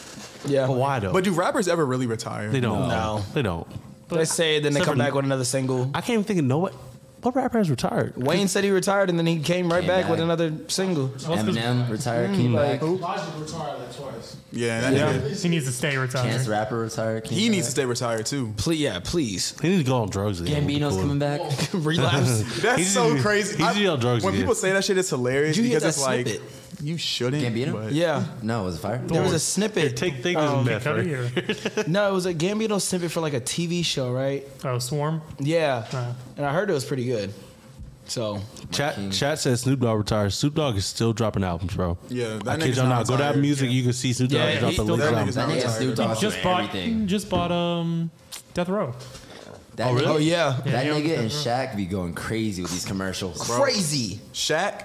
yeah.
But why though?
But do rappers ever really retire?
they don't.
No.
they don't.
They say it, then they
Except
come
for-
back with another single.
I can't even think of no what. What rapper has retired?
Wayne said he retired, and then he came right
Came
back
back.
with another single.
Eminem retired. Came back.
Logic retired like twice.
Yeah, that nigga.
He needs to stay retired.
Chance rapper retired. Came
He
back.
needs to stay retired too.
Please, yeah, please.
He needs to go on drugs again.
Gambino's coming back.
Relapse.
That's
He's
so
just-
crazy.
he's
I-
just on drugs
When
again.
people say that shit, it's hilarious
Did you hear
because
that
it's like
snippet?
you shouldn't.
Gambino?
but-
yeah.
No, it was a fire.
There was a snippet.
Take take this
Oh,
meth,
cut it
right?
here.
No, it was a Gambino snippet for like a TV show, right?
Oh, Swarm.
Yeah.
Uh.
And I heard it was pretty good. So
Chat
king.
chat says Snoop Dogg retired. Snoop Dogg is still dropping albums, bro.
Yeah, that
I kid
nigga's
y'all
not
not. Go to that
retired.
music, you can see Snoop Dogg
Yeah, yeah,
dropped
he's
a little
still-
That
drop.
nigga's
That
not
nigga
retired.
Snoop Dogg
Just
just
bought.
everything.
Just bought um, Death Row.
That nigga,
Oh yeah.
That
Yeah,
nigga
yeah.
and Shaq be going crazy with these commercials.
Crazy.
Shaq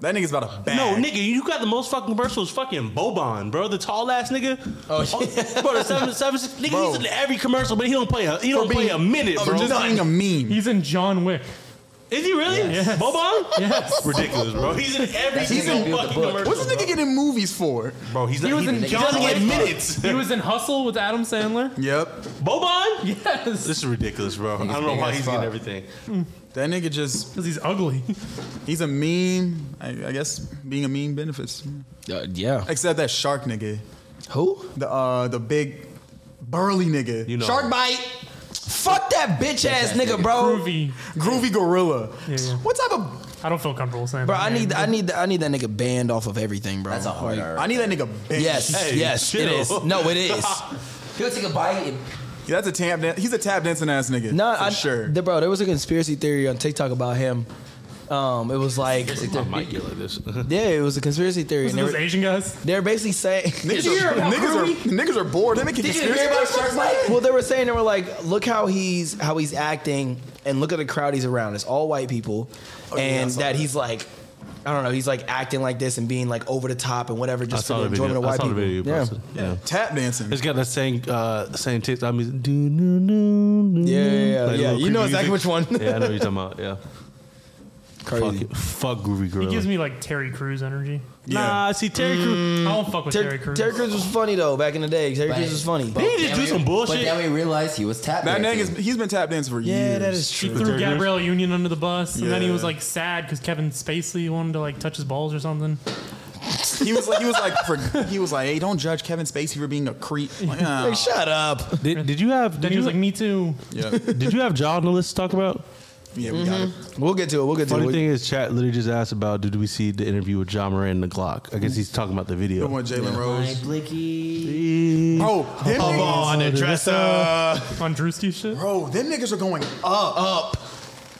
That nigga's about a bag.
No, nigga, you got the most fucking commercials. Fucking Boban, bro, the tall ass nigga. Oh, bro, the seven seven six nigga.
Bro.
He's in every commercial, but he don't play. A, he don't play a minute,
for
bro.
just being a meme.
He's in John Wick.
Is he really?
Yes.
Boban?
Yes.
Ridiculous, bro. He's in every
He's
single
in-
fucking commercial.
What's this nigga getting movies for?
Bro, he's
He
not-
was in
he
John
doesn't
Wick.
get minutes.
He was in Hustle with Adam Sandler.
Yep.
Boban?
Yes. This
is ridiculous, bro. I don't know why he's getting everything.
That nigga just
because he's ugly.
He's a meme. I, I guess being a meme benefits.
yeah.
Except that shark nigga.
Who?
The uh the big burly nigga. You
know.
Shark bite. Fuck that bitch ass nigga, bro.
Groovy.
Groovy gorilla. What type of
I don't feel comfortable saying
Bro,
that
I
name.
need I need I need that nigga banned off of everything, bro. That's
Oh,
a hard
I need that nigga bitch.
Yes, yes, it is. No, it is.
He'll take a bite. And-
Yeah, that's a tap dan- He's a tap dancing ass nigga.
No,
for
I,
sure.
the- bro, there was a conspiracy theory on TikTok about him. Um, it was like,
I might get like this.
yeah, it was a conspiracy theory.
Was it
and they were-
those Asian guys?
They're basically saying
Niggas are, niggas, are, niggas are bored. They making
Did you
conspiracy
hear about
theories?
Well, they were saying they were like, look how he's how he's acting, and look at the crowd he's around. It's all white people,
yeah,
and
I saw
that,
that.
he's like, I don't know, he's like acting like this and being like over the top and whatever,
I
just
saw
for the
the
enjoyment
video.
of
I
white
saw the
people.
video.
yeah.
posted. Yeah.
Tap dancing.
It's got that same uh, same TikTok music. Do, do, do, do,
Yeah, yeah, yeah,
Like
yeah.
little
You know
creepy
exactly
music.
which one.
yeah, I know what you're talking about. Yeah. Crazy. Fuck, it. Fuck Groovy
He
Gorilla.
gives me like Terry Crews energy. Mm.
Nah, see Terry Crews.
I don't fuck with Terry,
Terry,
Crews.
Terry Crews was funny though back in the day. Terry
But-
Crews was funny.
but
Didn't he just
then
do
we-
some
But
bullshit?
then we realized he was tap
That
dancing.
nigga's he's been tap dancing for years.
Yeah, that is
He
true.
threw
Terry Crews?
Gabrielle Union under the bus, and then he
Yeah.
was like sad because Kevin Spacey wanted to like touch his balls or something.
He was like, he was like, for, he was like, hey, don't judge Kevin Spacey for being a creep. Like, nah.
Like, shut up.
Did, did you have?
Then
Did
he
you,
was like, "Me too."
yeah,
did you have John on the list to talk about?
yeah, we got it.
We'll get to it. We'll get to
Funny
it.
thing is, chat literally just asked about did we see the interview with John Moran and the Glock? I guess he's talking about the
We
video.
want Jalen Rose.
My Blicky.
Bro, them niggas,
the dresser.
On Drewski shit.
bro, them niggas are going up, up.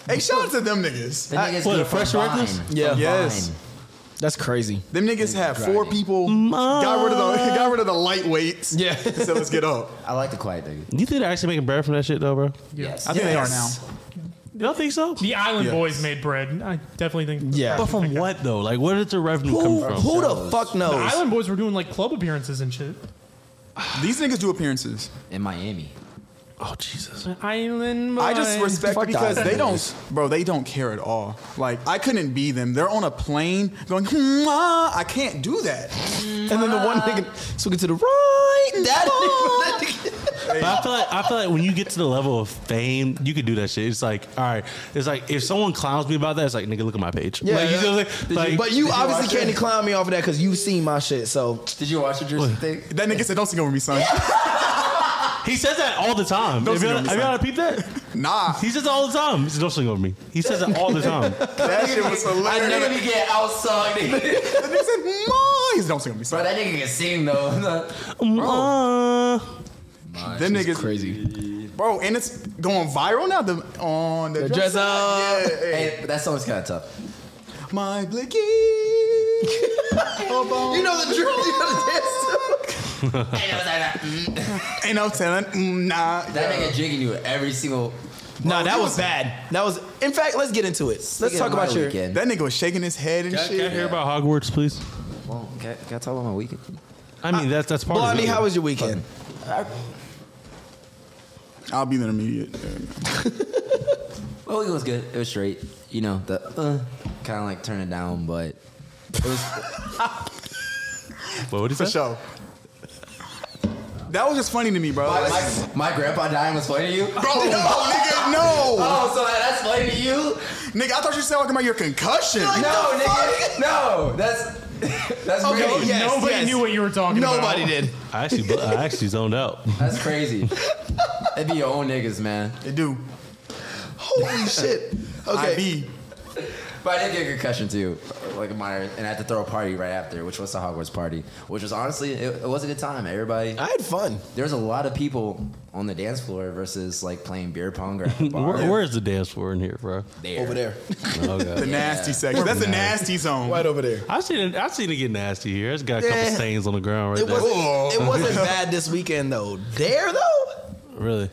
Hey, shout out to them niggas.
The niggas
what,
go
the Fresh
from
Records?
Vine.
Yeah.
From
Yes.
Vine.
That's crazy.
Them niggas had four people. Got rid of the got rid of the lightweights.
Yeah.
so let's get up.
I like the quiet nigga.
Do you think they're actually making bread from that shit though, bro?
Yes.
I think they are now.
Yes.
Y'all think so?
The Island
Yes.
Boys made bread. I definitely think.
Yeah.
But from what though? Like, where did the revenue
Who,
come from?
who the fuck
The
knows?
Island Boys were doing like club appearances and shit.
These niggas do appearances.
In Miami.
Oh Jesus!
Island Boys.
I just respect
Fuck
because
that.
they don't, bro. They don't care at all. Like I couldn't be them. They're on a plane going. "Mwah." I can't do that.
And then the one nigga, so get to the right. That nigga.
But I feel like I feel like when you get to the level of fame, you could do that shit. It's like, all right, it's like if someone clowns me about that, it's like, nigga, look at my page.
Yeah,
like, you
yeah.
know, like, like-
but you
Did you watch
obviously
it?
can't clown me off of that because you seen my shit. So
Did you watch the Jersey thing?
That nigga said, "Don't sing over me, son."
he says that all the time.
Don't
Have y'all
sing over
have
me,
y'all peeped that?
nah,
He says that all the time. He says, "Don't sing over me." He says that all the time.
that shit was
I
hilarious.
never get outside. nigga.
The nigga said, "Mwah." He said, "Don't sing over
Bro,
me, son."
that nigga can sing though.
Uh,
Them niggas
crazy.
bro, and it's going viral now. The on the,
The dress up.
Yeah, hey.
hey, but that song's kind of tough.
my blicky.
You know the drill. You know the dance.
that
mm.
Ain't no telling. Mm, nah.
nigga Jiggy knew every single.
Nah, that was bad. That was. In fact, let's get into it. Let's
Speaking
talk
of my
about your.
weekend.
That nigga was shaking his head and
can I
shit.
hear about Hogwarts, please?
Well, can, can I talk about my weekend?
I mean, that's that's part
Blondie,
of it.
how was your weekend?
I'll be there immediate. There you go.
My weekend was good. It was straight. You know, the uh, kind of like turn it down, but it was.
What did he
For
say?
sure. That was just funny to me, bro. Like,
my, my grandpa dying was funny to you.
bro, no, nigga, no.
Oh, so that- that's funny to you?
Nigga, I thought you said talking about your concussion.
No, nigga, no. That's that's
Okay,
really
yeah. Yes,
Nobody
yes.
knew what you were talking about.
Nobody did.
I actually, I actually zoned out.
That's crazy. That'd be your own niggas, man.
They do.
Holy shit.
Okay.
Okay.
But I did get a concussion too, like a minor, and I had to throw a party right after, which was the Hogwarts party, which was honestly it, it was a good time. Everybody,
I had fun.
there was a lot of people on the dance floor versus like playing beer pong or at the bar.
Where, where is the dance floor in here, bro?
there. Oh,
Over there.
The nasty section. That's the nasty zone.
Right over there.
I've seen it. I've seen it get nasty here. It's got a couple
Yeah.
stains on the ground right
It
there.
wasn't, it wasn't bad this weekend though. There though?
Really?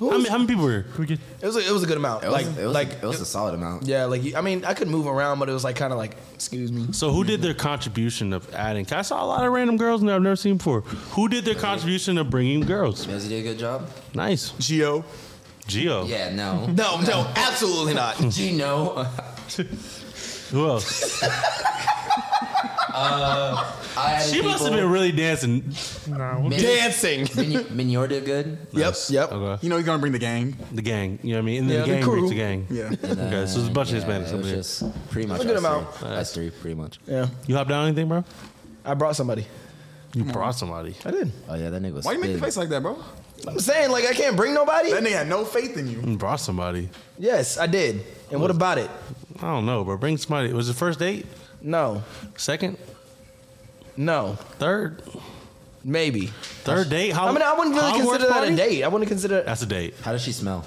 How many, how many people were here?
It
was a, it was a good amount.
It was-
like
it was a-
like
it was a solid amount.
Yeah, like you- I mean, I could move around, but it was like kind of like excuse me.
So who did their contribution of adding? 'cause I saw a lot of random girls in there I've never seen before. Who did their contribution of bringing girls?
Yes, you did a good job.
Nice.
Geo.
Geo.
Yeah, no.
No, no, absolutely not.
Gino.
Who else?
Uh, I
she must have been really dancing.
No.
Dancing.
Mignor did good.
Yep. Yep.
You know he's gonna bring the gang.
The gang. You know what I mean? And then
Yeah,
the
the
gang
crew.
brings the gang.
Yeah.
okay, so there's a bunch of Hispanics
it
up
was
there.
just pretty much
A good
us
amount.
Three. Us three, pretty much.
Yeah.
You hopped down anything, bro?
I brought somebody.
You brought somebody.
I did.
Oh yeah, that nigga was.
Why you make a
spitting.
face like that, bro?
I'm saying like I can't bring nobody.
That nigga had no faith in you.
You brought somebody.
Yes, I did. And what about it?
I don't know, bro. Bring somebody. Was it first date?
No.
Second?
No.
Third?
Maybe.
Third date? How,
I mean, I wouldn't really
Hogwarts
consider that
party?
a date. I wouldn't consider it
That's a date.
How does she smell?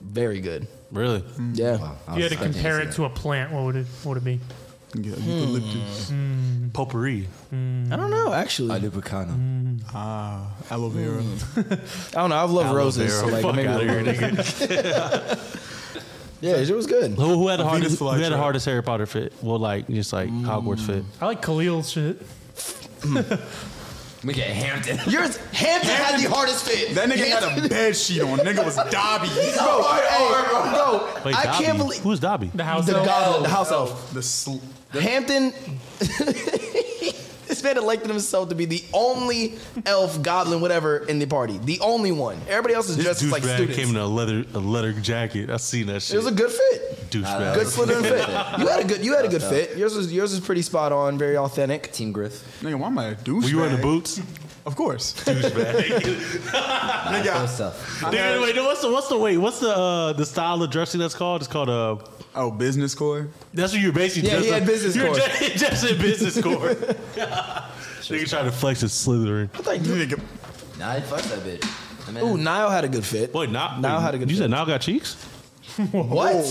very good.
Really?
Yeah.
If you had to compare it to a plant, what would it what would it be?
Eucalyptus.
Potpourri.
I don't know, actually.
A
Mm.
lubricana.
Ah, aloe vera.
I don't know. I've loved
Aloe
roses.
vera.
so, like,
Fuck
maybe
outta here,
yeah, it was good.
Who, who had the
A
hardest?
Venus
Who had the
flytrap.
hardest Harry Potter fit? Well, like just like Hogwarts fit.
I like Khalil's shit.
We get Hampton.
Yours, Hampton had the hardest fit.
That nigga had a bed sheet on. Nigga was Dobby.
Bro, hey, bro,
Wait,
I
Dobby.
can't believe
who's Dobby?
The house
the
elf.
goblin, the house elf,
The sl-
Hampton. this man elected himself to be the only elf, goblin, whatever in the party. The only one. Everybody else is
This
dressed as like
douchebag
students.
came in a leather a leather jacket. I seen that shit.
it was a good fit.
douchebag.
Good Slytherin fit. You had a good. You had a good
That's
fit. Yours was yours was pretty spot on. Very authentic.
Team Griff.
nigga, why am I a douchebag?
Were you wearing the boots?
Of course.
Cool
nigga,
stuff.
I
Dude,
had-
wait, no, what's the what's the wait? What's the uh, the style of dressing that's called? It's called uh
oh, business core.
That's what you're basically.
Yeah, he
dressed
had
up.
business
You're
core.
just, just in business core. Nigga trying to flex his Slytherin.
Nigga,
Nah, he fucked that bitch. I mean,
Ooh, Niall had a good fit.
Boy, now
Niall had a good
You
fit.
said Nile got cheeks.
What?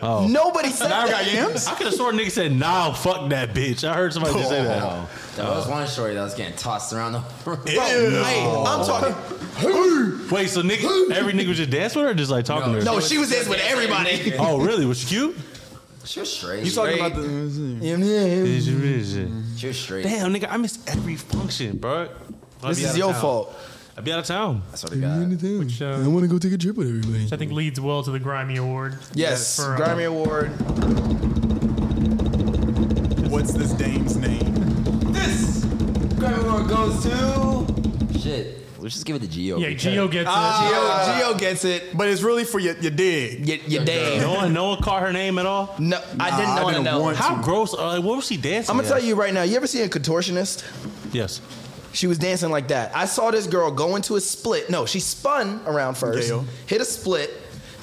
Oh.
Nobody said
now I
that.
got yams.
I could have sworn nigga said Nile fuck that bitch. I heard somebody just say that.
Oh, there was one shorty that was getting tossed around the room.
Bro, hey, I'm talking.
Wait, so nigga, every nigga was just dancing with her, or just like talking to her?
No, she was dancing with everybody.
Oh, really? Was she cute?
She was straight.
You talking about the?
this
Is she- is she-
She was straight.
Damn, nigga, I miss every function, bro. I be out
is
of
your
town.
fault.
I be out of town.
I swear to God.
Which, uh,
I want to go take a trip with everybody.
which I think leads well to the Grimy Award.
Yes,
For, uh,
Grammy Award.
What's this dame's name?
This Grammy Award goes to. Shit. Let's just give it to Geo.
Yeah, Geo gets
Ah!
it.
Geo, Geo gets it.
But it's really for your, your dig.
You, you damn.
No one, no one caught her name at all.
No, I didn't
Nah, I
want to
didn't
know.
want-
How gross? Uh, what was she dancing?
I'm gonna
at?
tell you right now. You ever seen a contortionist?
Yes.
She was dancing like that. I saw this girl go into a split. No, she spun around first,
Yeah.
hit a split.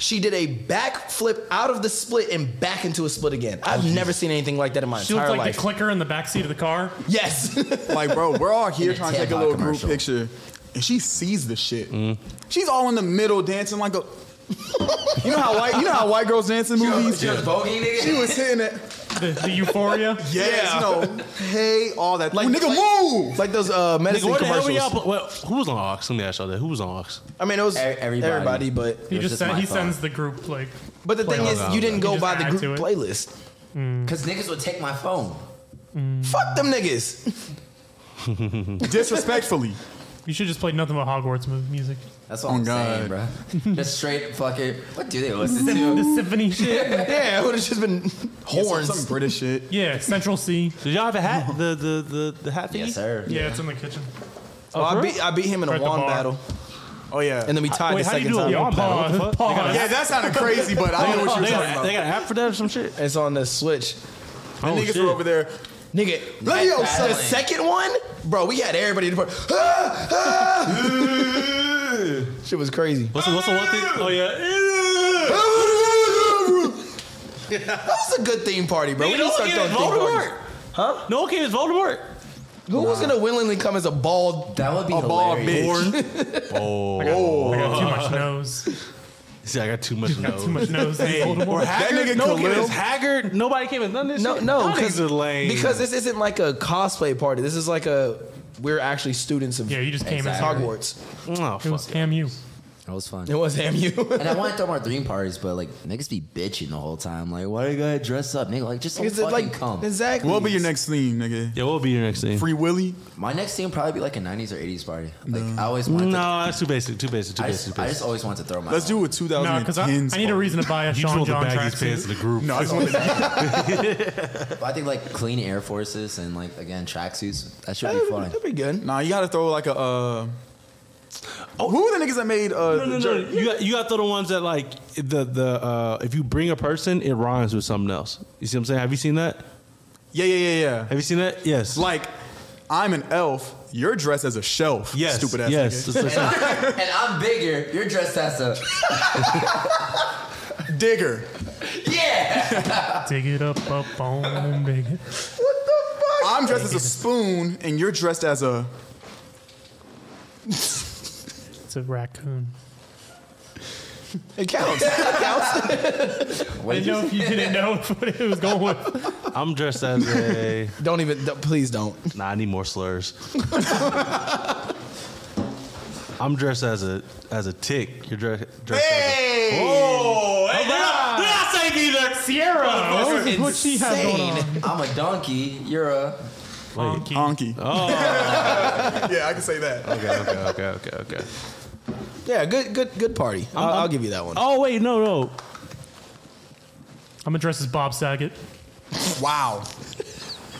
She did a back flip out of the split and back into a split again. I've never seen anything like that in my
She
entire
looked like
life.
the clicker in the backseat of the car.
yes.
Like, bro, we're all here
In a
trying to take a
Tampa
little
commercial.
group picture, and she sees the shit.
Mm-hmm.
She's all in the middle dancing like a. you know how white you know how white girls dance in movies.
Just bogey, nigga.
She was hitting it.
The, the euphoria.
Yes, no, hey, all that. Like, nigga, move.
like those uh,
Nigga,
medicine
where the hell were
commercials.
y'all? pl- Well, who was on Ox? Let me ask y'all that. Who was on Ox?
I mean, it was
E- everybody.
everybody, but
He just,
was just
sent,
my
he
thought.
sends the group like
but the thing
Hold
is,
on,
you
hold
didn't
on.
go
You
by
just
the
add
group
to it.
playlist.
Because niggas would take my phone.
Fuck them niggas.
Disrespectfully.
you should just play nothing but Hogwarts mu- music.
That's what
Oh,
I'm
God.
saying, bro. Just straight fucking. What do they listen to?
The symphony shit.
yeah, it would have just been
Some,
horns.
some British shit.
Yeah, Central C.
Did y'all have a hat? the the the, the hat thing?
yes, sir.
Yeah, it's in the kitchen.
Oh, I beat I beat him in
Or
a
at the
wand
bar.
battle,
Oh yeah.
and then we tied
Wait,
the
how do you
second
do a
time.
wand? What the
Yo, pause.
fuck?
Pause.
yeah, that sounded crazy, but I know what you were
They got, a,
talking
they
about.
got an app for that or some shit.
It's on the switch.
The
Oh,
niggas
shit.
were over there.
Nigga,
Night
yo, so the
battling.
second one, bro, we had everybody in the party. Ah, ah. Shit was crazy.
What's the, what's the one thing? Oh yeah.
that was a good theme party, bro.
Nigga,
we
no
didn't
one
start
came
throwing
as
theme
Voldemort.
parties.
Huh? No one came as Voldemort.
Who was gonna willingly come as a bald?
That would be
A bald
hilarious.
bitch.
I got, I got too much nose.
Oh. See, I got too much.
Got too much nose. Voldemort.
That nigga
no one came
Khalil.
as Haggard. Nobody came as none of this.
No,
shit.
no,
Y'all niggas are lame.
because this isn't like a cosplay party. This is like a we're actually students of
Yeah, you just came
Exactly.
in.
Hogwarts.
oh,
It was
fuck.
Cam U.
It was fun.
It was AMU.
and I wanted to throw more dream parties, but like niggas be bitching the whole time. Like, why are you gonna dress up, nigga? Like, just don't
Is it,
fucking
like,
come.
exactly.
What'll be your next theme, nigga?
Yeah, what will be your next theme?
Free Willy.
My next theme probably be like a '90s or '80s party. Like, I always
No,
wanted. to,
that's too basic. Too basic. Too
I
basic.
just, I just always want to throw my.
Let's do a 2010.
No, 'cause I- I need a reason to buy a
You
Sean
throw the
John
baggiest
tracksuit.
pants in the group.
No, I just want to
But I think like clean Air Forces and like again tracksuits. That should be fun.
That'd be good.
Nah, you gotta throw like a. Uh, oh, who are the niggas that made? Uh,
No, no, no.
jer-
You got, you got to throw the ones that like the the uh, if you bring a person, it rhymes with something else. You see what I'm saying? Have you seen that?
Yeah, yeah, yeah, yeah.
Have you seen that? Yes.
Like, I'm an elf. You're dressed as a shelf.
Yes,
Stupid ass.
yes,
nigga.
that's what I'm
and I'm bigger. You're dressed as a
digger.
Dig it up, up on and dig it.
I'm dressed as a spoon, and you're dressed as a.
It's a raccoon.
It counts. It counts.
I didn't know if you didn't know what it was going with.
I'm dressed as a.
don't even. don't- please don't.
Nah, I need more slurs. I'm dressed as a as a tick. You're dressed. dressed
Hey!
As a, Whoa! Hey, they're not, they're not safe either.
Sierra! What,
That's
what she has going on?
insane. I'm a donkey. You're a.
Wait.
Honky.
Oh.
yeah, I can say that.
Okay. Okay. Okay. Okay. Okay.
Yeah, good, good, good party. I'll,
I'm-
I'll give you that one.
Oh wait, no, no.
I'm gonna dress as Bob Saget.
Wow.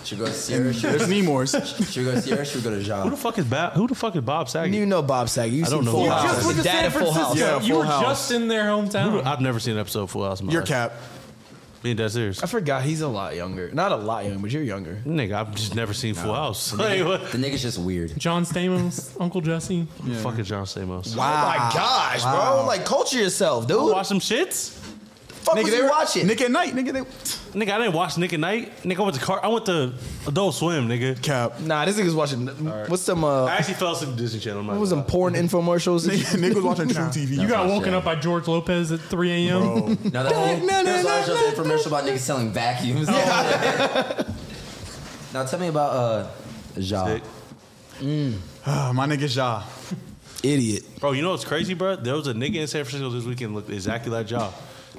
Should we go to Sierra. Should,
There's Nemours.
should we go to Sierra? Should we go to
Who
John?
the fuck is Bob? Who the fuck is Bob Saget?
You know Bob Saget. You
I
I
don't
don't
know
Full
who Bob
House.
Saget
The dad of Full House.
Yeah,
you
Full
were
House.
just in their hometown.
Who- I've never seen an episode of Full House. In my
Your
life.
cap.
Being dead serious.
I forgot he's a lot younger. Not a lot younger, but you're younger.
Nigga, I've just never seen Full House. Like, what?
The nigga's just weird.
John Stamos, Uncle Jesse.
Fucking John Stamos.
Oh my gosh, bro! Like culture yourself, dude.
Watch some shits,
Fuck was you watching?
Nick at night, nigga. They,
nigga. I didn't watch Nick at Night, nigga. I went to car. I went to Adult Swim, nigga.
cap.
Nah, this nigga's watching. What's some? Uh,
I actually fell asleep to Disney Channel. I'm not
what was
gonna
some porn infomercials?
Nigga, nigga was watching True TV.
You got
That's
woken
it.
up by George Lopez at 3 a.m.
Now that whole, there's always just an infomercial about niggas selling vacuums. now tell me about uh, Ja.
lie. Dick.
Ah, my nigga Ja.
Idiot.
Bro, you know what's crazy, bro? There was a nigga in San Francisco this weekend looked exactly like Job.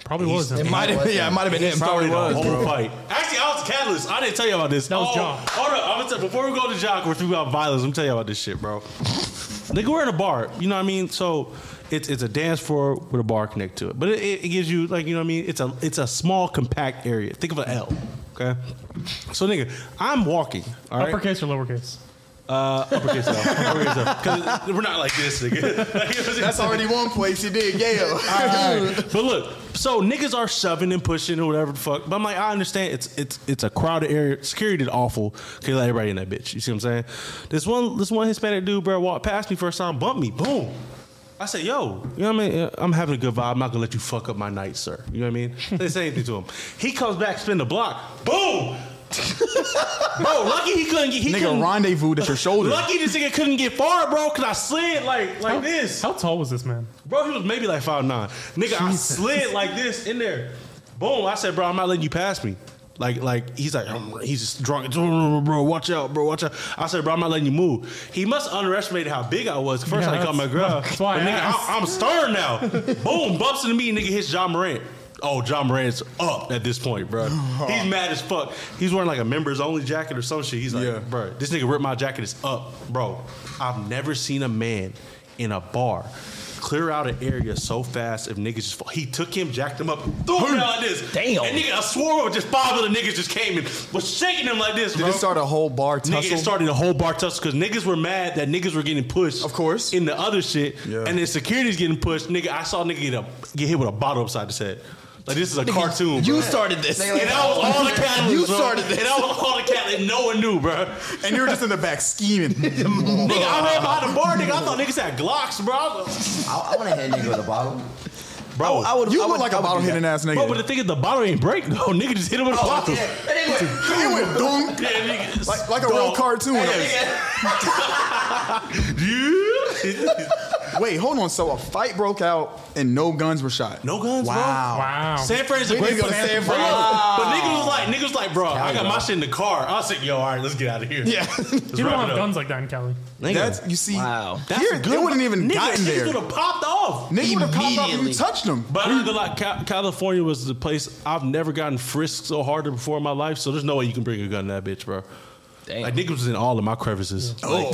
Probably was.
It
him.
might have. Yeah, it might have been him.
Probably the whole fight. Actually, I was the catalyst. I didn't tell you about this. Oh,
That was Ja.
Hold up. I'm gonna tell, before we go to Jock, we're talking about violence. Let me tell you about this shit, bro. Nigga, we're in a bar. You know what I mean? So it's it's a dance floor with a bar connected to it. But it, it, it gives you like you know what I mean? It's a it's a small compact area. Think of an L. Okay. So nigga, I'm walking. All right.
Uppercase or lowercase?
Uh, uppercase L. Uppercase L. Because we're not like this, nigga. Like, you know what I'm saying?
That's already one place you did, Yale.
But look, so niggas are shoving and pushing or whatever the fuck. But I'm like, I understand it's it's it's a crowded area. Security is awful. Cause let everybody in that bitch. You see what I'm saying? This one this one Hispanic dude, bro, walked past me first time, bumped me, boom. I said, yo, you know what I mean? I'm having a good vibe. I'm not gonna let you fuck up my night, sir. You know what I mean? They say anything to him. He comes back, spin the block, boom. bro, lucky he couldn't get he couldn't,
nigga rendezvoused at your shoulder.
lucky this nigga couldn't get far, bro, cause I slid like like this.
How tall was this man?
Bro, he was maybe like five nine. Nigga, I slid like this in there. Boom. I said, bro, I'm not letting you pass me. Like, like he's like, "Um, he's just drunk. Bro, watch out, bro, watch out. I said, bro, I'm not letting you move. He must underestimate how big I was. First,
Yeah,
I caught my
that's-
girl.
that's why
But
I
nigga,
asked.
I, am stern now. Boom, bumps into me. Nigga hits John Morant. Oh, John Morant's up at this point, bro. He's mad as fuck. He's wearing like a members only jacket or some shit. He's like,
Yeah.
bro, this nigga ripped my jacket. It's up, bro. I've never seen a man in a bar clear out an area so fast if niggas just fall. He took him, jacked him up, threw him down like this.
Damn.
And nigga, I swore just five other niggas just came and was shaking him like this,
Did
bro.
it start a whole bar tussle?
Nigga, it started a whole bar tussle because niggas were mad that niggas were getting pushed.
Of course.
In the other shit.
Yeah.
And then security's getting pushed. Nigga, I saw a nigga get, a, get hit with a bottle upside his head. Like, this is a cartoon.
You
bro.
started this.
And that was all the catalyst.
You
bro.
started this.
And that was all the catalyst. No one knew, bro.
and you were just in the back scheming.
nigga, I ran behind the bar, nigga. I thought niggas had Glocks, bro. I was-
I, I want to hit a nigga with a bottle.
Bro,
I would.
you
I
look
would,
like
I
a
would
bottle
do that.
hitting ass nigga.
bro, but the thing is, the bottle ain't break, though. Nigga just hit him with
Oh,
a bottle.
It went dunk.
Yeah, nigga.
Like, like a real
Dog.
cartoon.
Yeah.
Wait, hold on. So a fight broke out and no guns were shot. No
guns.
Wow.
Wow. San Fran's a
We
great
need to go to
place.
San
But
Fran.
look, But niggas was like, niggas was like, bro, I got my shit in the car. I was like, yo, all right, let's get out of here. Yeah.
You don't have guns like that in Cali.
That's you see.
Wow.
Here, they wouldn't even
Nigga,
gotten
shit
there.
would have popped off.
Nigga would have popped off if you touched them.
But I'm not gonna lie, Ca- California was the place I've never gotten frisked so hard before in my life. So there's no way you can bring a gun to that bitch, bro. Like niggas was in all of my crevices. Like,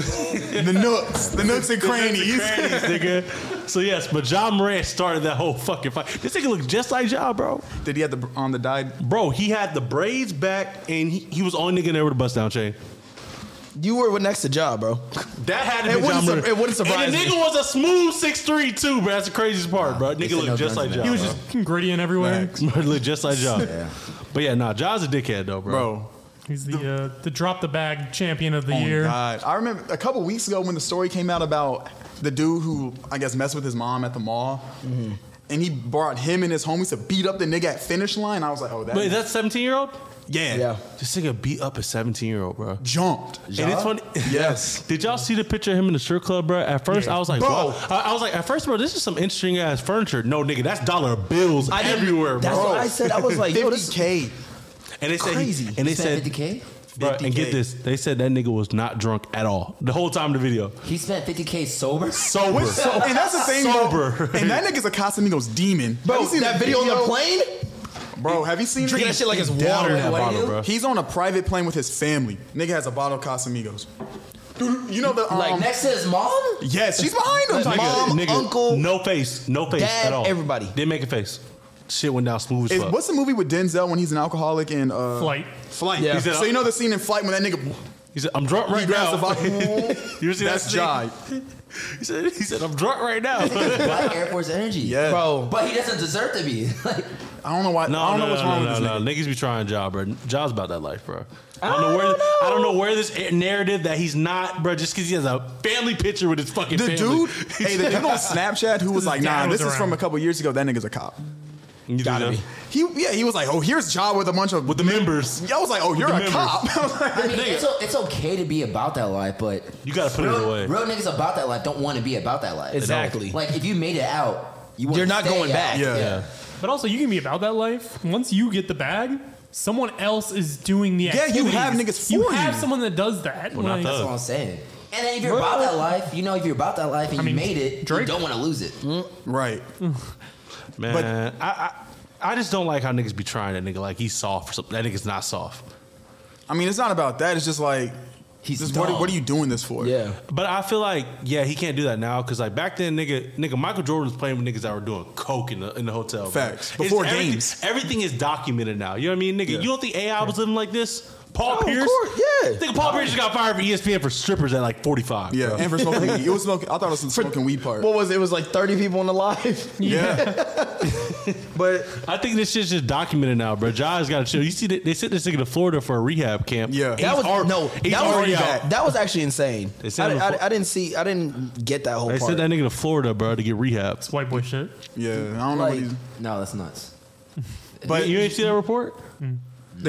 the nooks, the nooks and crannies.
Oh. nigga. So yes, but John Moran started that whole fucking fight. This nigga looked just like John, bro.
Did he have the on the dyed?
Bro, he had the braids back, and he, he was the only nigga there with a bust down chain.
You were next to job, bro.
That had to
It
be
wouldn't
John
sur-
Moran.
it wouldn't surprise
And the
me.
nigga was a smooth 6'3", too, bro. That's the craziest part, bro. Nigga looked just like John.
He was
bro.
just gritty and everywhere.
look just like John. But yeah, nah, John's a dickhead though, bro.
Bro.
He's the uh, the drop the bag champion of the
Oh,
year.
God. I remember a couple weeks ago when the story came out about the dude who I guess messed with his mom at the mall, and he brought him and his homies to beat up the nigga at finish line. I was like, oh, that.
Wait, is that 17 year old?
Yeah.
Yeah. This nigga beat up a 17 year old, bro.
Jumped.
And it's funny.
Yes.
Did y'all see the picture of him in the strip club, bro? At first,
Yeah.
I was like,
Bro.
wow. I, I was like, at first, bro, this is some interesting ass furniture. No, nigga, that's dollar bills
I didn't-
everywhere,
that's
bro.
what I said. I was like, yo, this-
50K.
And they said,
Crazy.
and they
You
said,
spent
50K? Bro, and
50K.
get this, they said that nigga was not drunk at all the whole time of the video.
He spent 50K sober?
Sober.
What's so- and that's the thing,
Sober.
Bro. And that nigga's a Casamigos demon.
Bro,
Have you seen
that
the
video on the plane?
Bro, have you seen
Drinking that shit like it's
He's down
water.
on that
What
bottle,
do you-
bro. He's on a private plane with his family. Nigga has a bottle of Casamigos. Dude, you know the um,
Like next to his mom?
Yes, she's behind him.
Nigga,
Mom,
nigga,
uncle.
no face, no face
dad,
at all.
everybody.
didn't make a face. Shit went down smooth as
Is,
fuck.
what's the movie with Denzel when he's an alcoholic and uh,
Flight.
Flight.
Yeah. He said,
So you know the scene in Flight when that nigga
He said, "I'm drunk
He
right
grabs
now."
the bottle.
you see
That's
that scene? He said, "He said I'm drunk right now."
Black Air Force energy.
Yeah.
Bro.
But he doesn't deserve to be. Like,
I don't know why.
No,
I don't
no,
know what's
no,
wrong
no,
with this
no, Niggas be trying job, bro. Job's about that life, bro. I don't know where I don't know where this narrative that he's not, bro. Just because he has a family picture with his fucking
nigga. The
family.
dude, hey, the dude on Snapchat who was like,
dad
"Nah,
was
this is from
around.
a couple years ago." That nigga's a cop.
You gotta be.
He, yeah, he was like, "Oh, here's job with a bunch of with
the members."
I was like, "Oh,
With
you're
the
a
members.
cop." I was like,
I mean, it's, o- it's okay to be about that life, but
You gotta put it
real,
away.
Real niggas about that life don't want to be about that life.
Exactly.
Like if you made it out, you wanna stay out.
But also, you can be about that life. Once you get the bag, someone else is doing the
Yeah, you
activities.
have niggas
You
for
have
you.
someone that does that.
Well,
Like-
not that's what I'm saying. And then if you're about that life, you know if you're about that life and
I
you
mean,
made it,
Drake-
you don't want to lose it.
Hmm.
Right.
Man, I, I I just don't like how niggas be trying that nigga like he's soft or something. That nigga's not soft.
I mean, it's not about that. It's just like,
He's
just, what,
dumb.
what are you doing this for?
Yeah.
But I feel like yeah, he can't do that now because like back then, nigga, nigga, Michael Jordan was playing with niggas that were doing coke in the in the hotel. bro.
Facts.
It's
Before
everything-
games.
everything is documented now. You know what I mean, nigga? You don't think AI was living like this? Paul
Oh, of
Pierce,
course, yeah.
Nigga, Paul Pierce just got fired from E ESPN for strippers at like forty five.
Yeah, and for smoking weed. It was smoking. I thought it was the smoking weed part.
What was it? It was like 30 people on the live.
Yeah.
but
I think this shit's just documented now, bro. Jai's got to chill. You see, that they sent this nigga to Florida for a rehab camp. Yeah,
That was no.
he's
That was,
already
that,
out.
was actually insane. I,
They sent him
di- I
to
di- I didn't see. I didn't get that whole
They
part.
sent that nigga to Florida, bro, to get rehab. It's
white boy shit.
Yeah, I
Like-
don't know. What he's,
No, that's nuts.
But you, ain't see that report? They,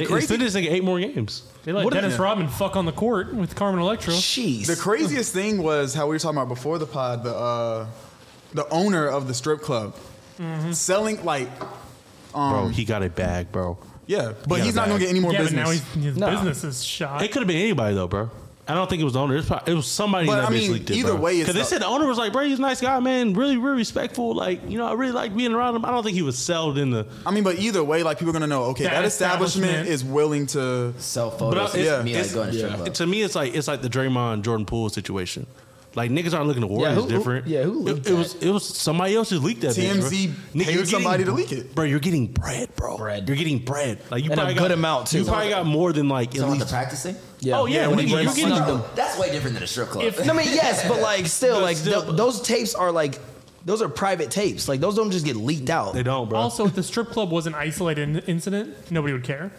they
Mm. crazy-
sent this nigga eight more games.
They let
What
Dennis
is-
Rodman fuck on the court with Carmen Electra.
Jeez.
the craziest thing was how we were talking about before the pod. The uh, the owner of the strip club selling like, um,
bro, he got a bag, bro.
yeah,
got
but he's
a
not gonna
bag.
get any more
yeah,
business.
but now he's, his
Nah.
business is shot.
It could have been anybody though, bro. I don't think it was the owner. It was, probably, it was somebody
But,
that
I mean,
basically did.
either
bro.
way, it's
because they
not-
said the owner was like, "Bro, he's a nice guy, man. Really, really respectful. Like, you know, I really like being around him." I don't think he was sold in the.
I mean, but either way, like people are gonna know. Okay, that,
That
establishment,
establishment-
is willing to
sell
I- it's- it's- yeah. to me, it's like it's like the Draymond Jordan Poole situation. Like niggas aren't looking to Warriors
who- who-
different.
yeah, who
It-
leaked
it, was it was somebody else who leaked that. bitch, bro.
TMZ
Nigga,
paid
you're
somebody to leak it.
bro. You're getting bread, bro. You're getting bread. Like you
And a
probably
good
got,
amount, too.
You probably got more than like at
Someone to
least.
practicing?
Oh yeah,
when
nigga,
he
you're
went
getting
and funded them.
That's way different than a strip club.
I mean, yes, but like still, like tho- those tapes are like those are private tapes. Like those don't just get leaked out. They
don't, bro.
Also, if the strip club was an isolated in- incident, nobody would care.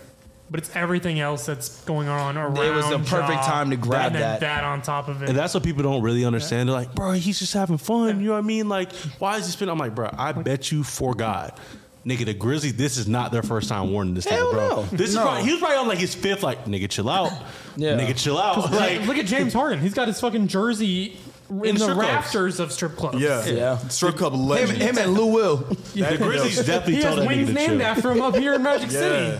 But it's everything else that's going on around.
It was the perfect
job,
time to grab
and then
that.
That on top of it.
And that's what people don't really understand. They're like, bro, he's just having fun. You know what I mean? Like, why is he spending? I'm like, bro, I bet you for God. Nigga, the Grizzlies, this is not their first time warning this
Hell
nigga, bro.
no.
This is
No.
probably, he was probably on like his fifth, like, nigga, chill out.
Yeah.
Nigga, chill out.
Like,
Like,
look at James Harden. He's got his fucking jersey in the
strip clubs.
rafters of strip clubs.
Yeah. Yeah. Strip club legend.
Him, him and Lou Will.
The Grizzlies definitely
he
told
has
that nigga
wings
to
named
chill.
after him up here in Magic City.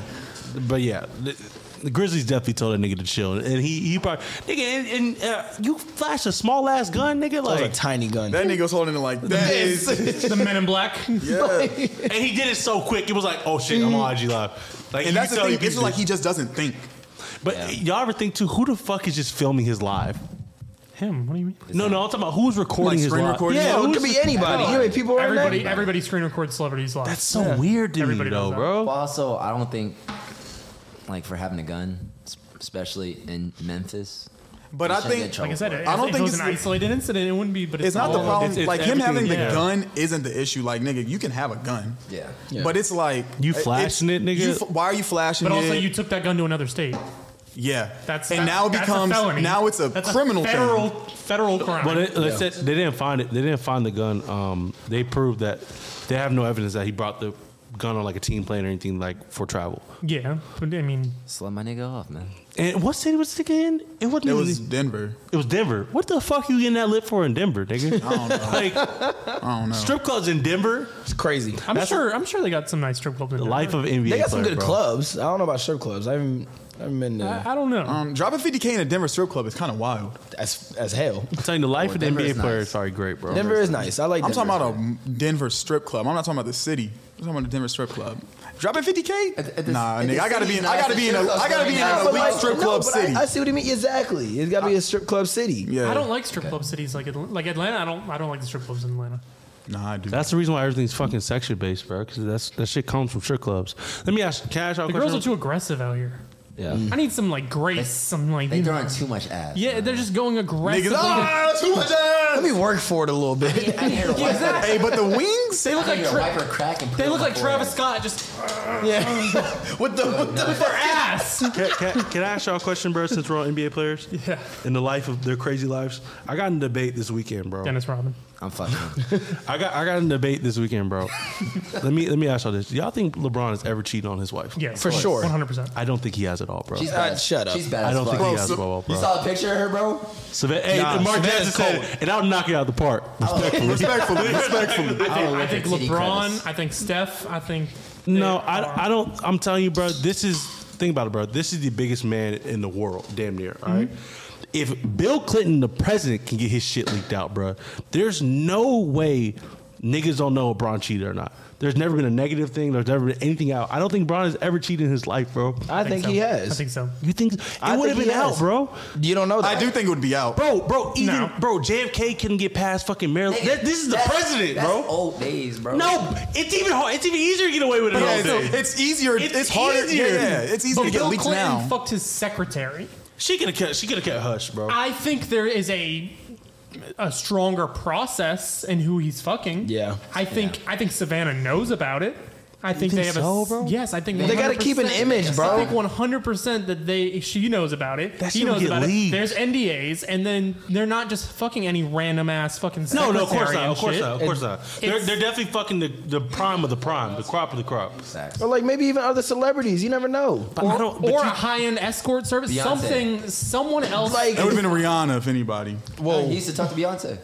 But yeah, the, the Grizzlies definitely told that nigga to chill, and he he probably nigga and, and uh, you flashed a small ass gun, nigga,
That was
like
a tiny gun.
That nigga was holding it like that.
This.
is-
the Men in Black.
Yeah.
and he did it so quick. It was like, oh shit, I'm on IG live. Like,
and
you
that's the
could tell
thing.
could
It's
do
like
it.
he just doesn't think.
But y'all ever think too? Who the fuck is just filming his live?
Him? What do you mean?
No, no, I'm talking about who's recording his
screen
live.
recording?
Yeah,
Yeah, it
who's
could be
just-
anybody. You know, how many people are in
Everybody,
that?
everybody screen records celebrities live.
That's so weird to
Everybody
me, though,
does that.
bro.
Well, also, I don't think like for having a gun, s- especially in Memphis.
But
you
I
shouldn't
think-
Like I
get trouble
said,
for it.
I don't think it was an isolated incident. It wouldn't be, but it's,
It's not the
all-
problem.
it's- it's
like him having the
everything. Yeah.
gun isn't the issue. Like nigga, you can have a gun.
Yeah.
But it's like
You
it's-
flashing it, nigga?
you f- why are you flashing
But also,
it?
you took that gun to another state.
yeah.
That's
and
that-
now it
that's a
becomes
felony.
now it's a
That's
criminal
federal
thing.
federal crime.
But it, it said they didn't find it. They didn't find the gun. Um, they proved that they have no evidence that he brought the gun on like a team plane or anything like for travel.
yeah, but I mean,
Slut my nigga off, man.
And what city was it again? It wasn't.
It
even-
was Denver.
It was Denver. What the fuck you getting that lit for in Denver, nigga?
I don't know.
like
I don't know.
strip clubs in Denver,
It's crazy.
I'm
That's-
sure. i I'm sure they got some nice strip clubs. In
the
there.
life of an NBA.
They got some
player,
good
bro.
clubs. I don't know about strip clubs. I haven't, I haven't been there.
I, I don't know.
Um, dropping 50k in a Denver strip club is kind of wild.
as as hell.
I'm telling you, the life
Well,
of the
Denver
NBA
is
player
nice.
is probably great, bro.
Denver is nice. I like.
I'm
Denver.
talking about a Denver strip club. I'm not talking about the city. I'm talking about the Denver strip club. Dropping 50k?
At- at the-
nah,
at the
nigga. I gotta be. In,
city,
I gotta be in. A,
not
I gotta be in
the
an
But
elite
like-
strip
no,
club
but I-
city.
I, see what he mean. Exactly. It's got to be a strip club city.
yeah.
I don't like strip club cities like Atl- like Atlanta. I don't. I don't like the strip clubs in Atlanta.
Nah, I do.
That's the reason why everything's fucking section based, bro. Because that's that shit comes from strip clubs. Let me ask, can I ask y'all a
The
question?
girls are too aggressive out here.
yeah.
I need some like grace. some like
They
you know-
throwing too much ass.
Hmm. Yeah,
man.
they're just going aggressive.
Niggas, ah, too much ass.
Let me work for it a little bit.
I hear a wiper-
Hey, but the wings
They look
I
like
hear a
tra-
wiper crack and put
they
it
look
on
like
my
Travis Scott
forehead.
just
with the with the
their ass.
Can, can, can I ask y'all a question, bro? Since we're all NBA players,
Yeah.
in the life of their crazy lives, I got in a debate this weekend, bro.
Dennis Rodman.
I'm fucking.
I got I got in a debate this weekend, bro. let me let me ask y'all this: Y'all think LeBron has ever cheated on his wife?
Yes,
For sure.
one hundred percent.
I don't think he has at all, bro.
She's
Uh,
bad. as-
shut up.
She's bad.
I don't
as
think
fuck.
he has, bro.
You
bro.
saw the picture of her, bro.
Savannah, hey,
Nah,
Mark
Savannah's
Jackson said,
cold.
it, and I'll knock it out of the park.
respectfully, respectfully.
I think
at TD
LeBron.
credits.
I think Steph. I think
No,
they are-
I, I don't. I'm telling you, bro. This is think about it, bro. This is the biggest man in the world, damn near. All right. If Bill Clinton, the president, can get his shit leaked out, bro, there's no way niggas don't know if Braun cheated or not. There's never been a negative thing. There's never been anything out. I don't think Braun has ever cheated in his life, bro.
I think
so.
he has.
I think so.
You think it
I
would have
think
been
he
out,
has.
bro?
You don't know that.
I do think it would be out.
Bro, bro, even
No.
bro, JFK couldn't get past fucking Maryland. That- this is the
That's-
president,
that's
bro.
Old days, bro.
No, it's even hard. It's even easier to get away with it.
Yeah,
all day.
it's, it's easier. It's,
It's
harder.
easier.
Yeah, yeah, it's easier
But
to get
Bill
leaked
Clinton
now.
fucked his secretary.
She could have kept. She could have kept hush, bro.
I think there is a a stronger process in who he's fucking.
Yeah.
I think I think Savannah knows about it. I
think
think, they have
so,
a
bro?
yes. I think
They gotta keep an
100%
image,
I
bro.
think one hundred percent that they she knows about it.
That
he
shit would
knows
get
about
leaked.
it. There's NDAs, and then they're not just fucking any random ass fucking.
No, no, of course
secretary
not.
and
Of course
shit.
not. Of course not. They're,
It's-
they're definitely fucking the, the prime of the prime, the crop of the crop.
Facts.
or like maybe even other celebrities. You never know.
But I don't.
Or
But
a
you,
high end escort service,
Beyonce.
something, someone else.
Like
That would have been Rihanna if anybody.
Whoa. He used to talk to Beyonce.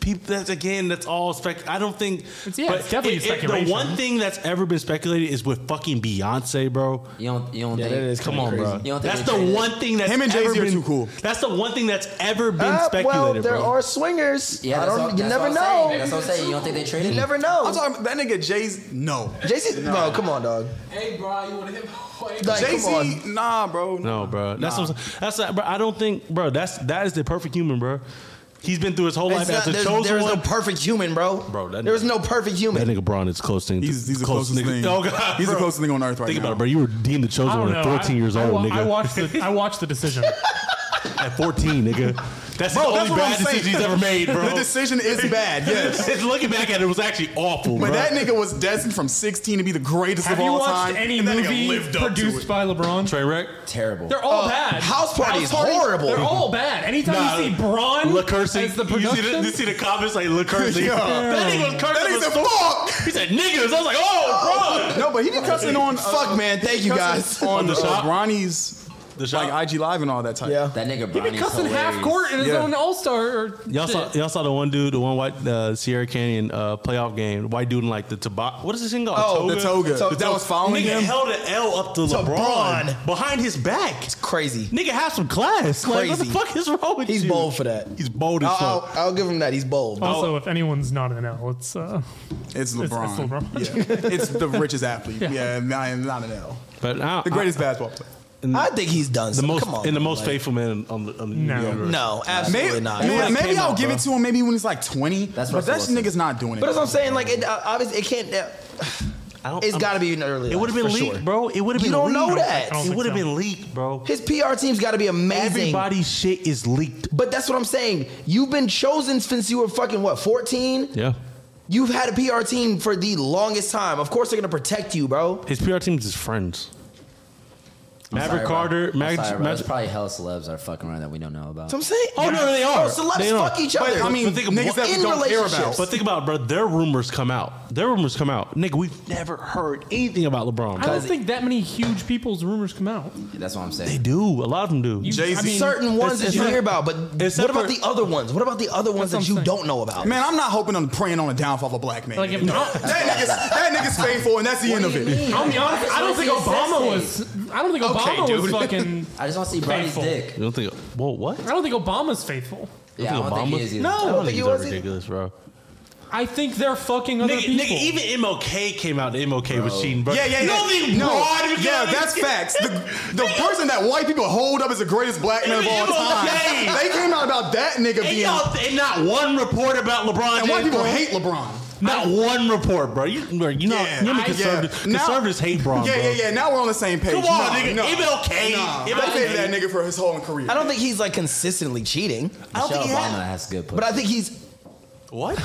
people, that's again, that's all spec. I don't think.
It's- yeah, it's definitely
The
speculation.
one thing that's ever been speculated is with fucking Beyonce, bro.
You don't. You don't
Yeah, that
think.
is
Come on,
crazy.
bro.
You don't think
That's
they
the
traded?
one thing that's
Him and
ever
Jay-Z are
been,
too cool.
That's the one thing that's ever been
Ah, well,
speculated,
there
bro.
are swingers.
Yeah,
I
that's
don't.
all-
you
that's
never
all I'm saying.
know.
That's what I'm saying. You don't think they traded?
You
him?
never know.
I'm talking that nigga Jay's. No,
Jay-Z, no, come on, dog.
Hey, Brian, you want to hit my boy?
Like,
Jay
come on.
Z. Nah, bro.
No, bro. That's what I'm saying. that's not, bro. I don't think, bro. That's that is the perfect human, bro. He's been through his whole
It's
life
not-
as a
there's
chosen
there's
one.
no perfect human, bro.
Bro, that
there was
nigga-
no perfect
that
human.
nigga Braun is close thing. to-
He's, he's the closest,
nigga-
thing.
Oh god,
he's
bro.
the closest thing on earth right
Think
now.
about it, bro. You were deemed the chosen
I don't
one at
know.
13 years
I,
old,
I, wa- I
nigga.
watched the I watched the decision.
at 14, nigga. That's the only
that's what I'm
bad decision
saying.
he's ever made, bro.
The decision is bad. Yes.
It's looking back at it, it was actually awful,
But
bro.
that nigga was destined from 16 to be the greatest
Have
of
you
all
watched
time.
any
and that nigga
movie
lived up to
produced
it.
by LeBron?
train wreck.
Terrible.
They're all
Uh,
bad.
House Party is horrible.
They're all bad. Anytime
Nah,
you see Braun
Look cursing.
as the
you, see
production,
the, you see the comments like look cursing.
Yeah.
That nigga was
That
cursing.
nigga
was
said,
so-
"Fuck."
He said niggas. I was like, oh, bro.
No, but he be cussing on. uh,
Fuck, man. Thank you
cussing
guys.
On
On
the
the
uh,
shop?
Bronny's like IG Live and all that type.
Yeah,
that nigga
He
He be cussing half court in his own All Star.
Y'all saw, y'all saw the one dude, the one white uh, Sierra Canyon uh, playoff game, white dude in like the toba. What is this thing called?
Oh, the toga.
The
That was following
Nigga
him?
held an L up to,
To
LeBron,
Bron.
behind his back. It's
crazy.
Nigga have some class. Like, what the
Crazy.
fuck is wrong with
He's
you?
bold for that.
He's bold as
I'll,
fuck.
I'll, I'll give him that. He's
Oh.
bold.
Uh,
Also, if anyone's not an L, it's uh, It's,
It's LeBron.
LeBron.
Yeah. it's the richest athlete.
Yeah.
Yeah, and I am not an L.
But I,
The greatest basketball player.
I think he's done.
the
some-
most
come on,
and the most
like-
faithful man on the, on the
No.
universe.
No, absolutely
Maybe,
not.
man,
He would've
maybe
came
I'll
out,
give
bro.
it to him. Maybe when he's like twenty. That's but
Russell
that nigga's not doing it.
But that's what I'm saying. Like, it, uh, obviously, it can't. Uh,
don't-
it's
I'm-
got to be an early.
It would've been leaked, bro. It would've
You
been
don't know
leaked.
that.
I don't It think would've so. been leaked, bro.
His PR team's got to be amazing.
Everybody's shit is leaked.
But that's what I'm saying. You've been chosen since you were fucking what 14.
Yeah.
You've had a PR team for the longest time. Of course, they're gonna protect you, bro.
His PR team's his friends. Maverick Carter, Mag-
There's
Mag-
probably hell celebs are fucking around that we don't know about.
That's what I'm saying.
Oh no, no, they are.
Bro, celebs
They
fuck
are.
each other.
what-
in relationships.
But think about, it, bro. Their rumors come out. Their rumors come out. Nigga, we've never heard anything about LeBron.
I don't think that many huge people's rumors come out.
That's what I'm
they
saying.
do. A lot of them do.
You- Jay-Z. I mean-
certain ones that you hear about, but
Except
what about
for-
the other ones? What about the other ones that you don't know about?
Man, I'm not hoping on praying on the downfall of a black man.
Like, if
No.
not-
that, nigga's, that nigga's faithful, and that's the end of it.
I'll be honest. I don't think Obama was. I don't think
Okay,
Obama was
dude.
fucking.
I just want to see Bronny's
faithful.
dick.
You don't think? Whoa, what?
I don't think Obama's faithful.
Yeah, I don't think he is either.
No,
I
I
don't
think
think
he
he's
was
that ridiculous, bro.
I think they're fucking other
Nigga,
people.
nigga, even MLK came out. that MLK was cheating, bro.
Yeah, yeah,
You
yeah.
don't think Rod
no,
even came
yeah,
out and-
that's facts. The, the person that white people hold up as the greatest black man of all time.
MLK.
They came out about that nigga
And,
being.
y'all, and not one report about LeBron.
and
James,
white people
bro.
hate LeBron.
Not one report, bro. You, bro, you know,
Yeah,
you know
I-
conservatives,
yeah. Now-
conservatives hate Bron.
yeah,
bro.
yeah, yeah. Now we're on the same page.
Come on,
Nah,
nigga.
nah.
MLK.
Nah,
MLK.
I hated that nigga for his whole career.
I don't think he's like consistently cheating. I
Michelle
don't think he
Obama
has.
has good pussy.
But I think he's
What?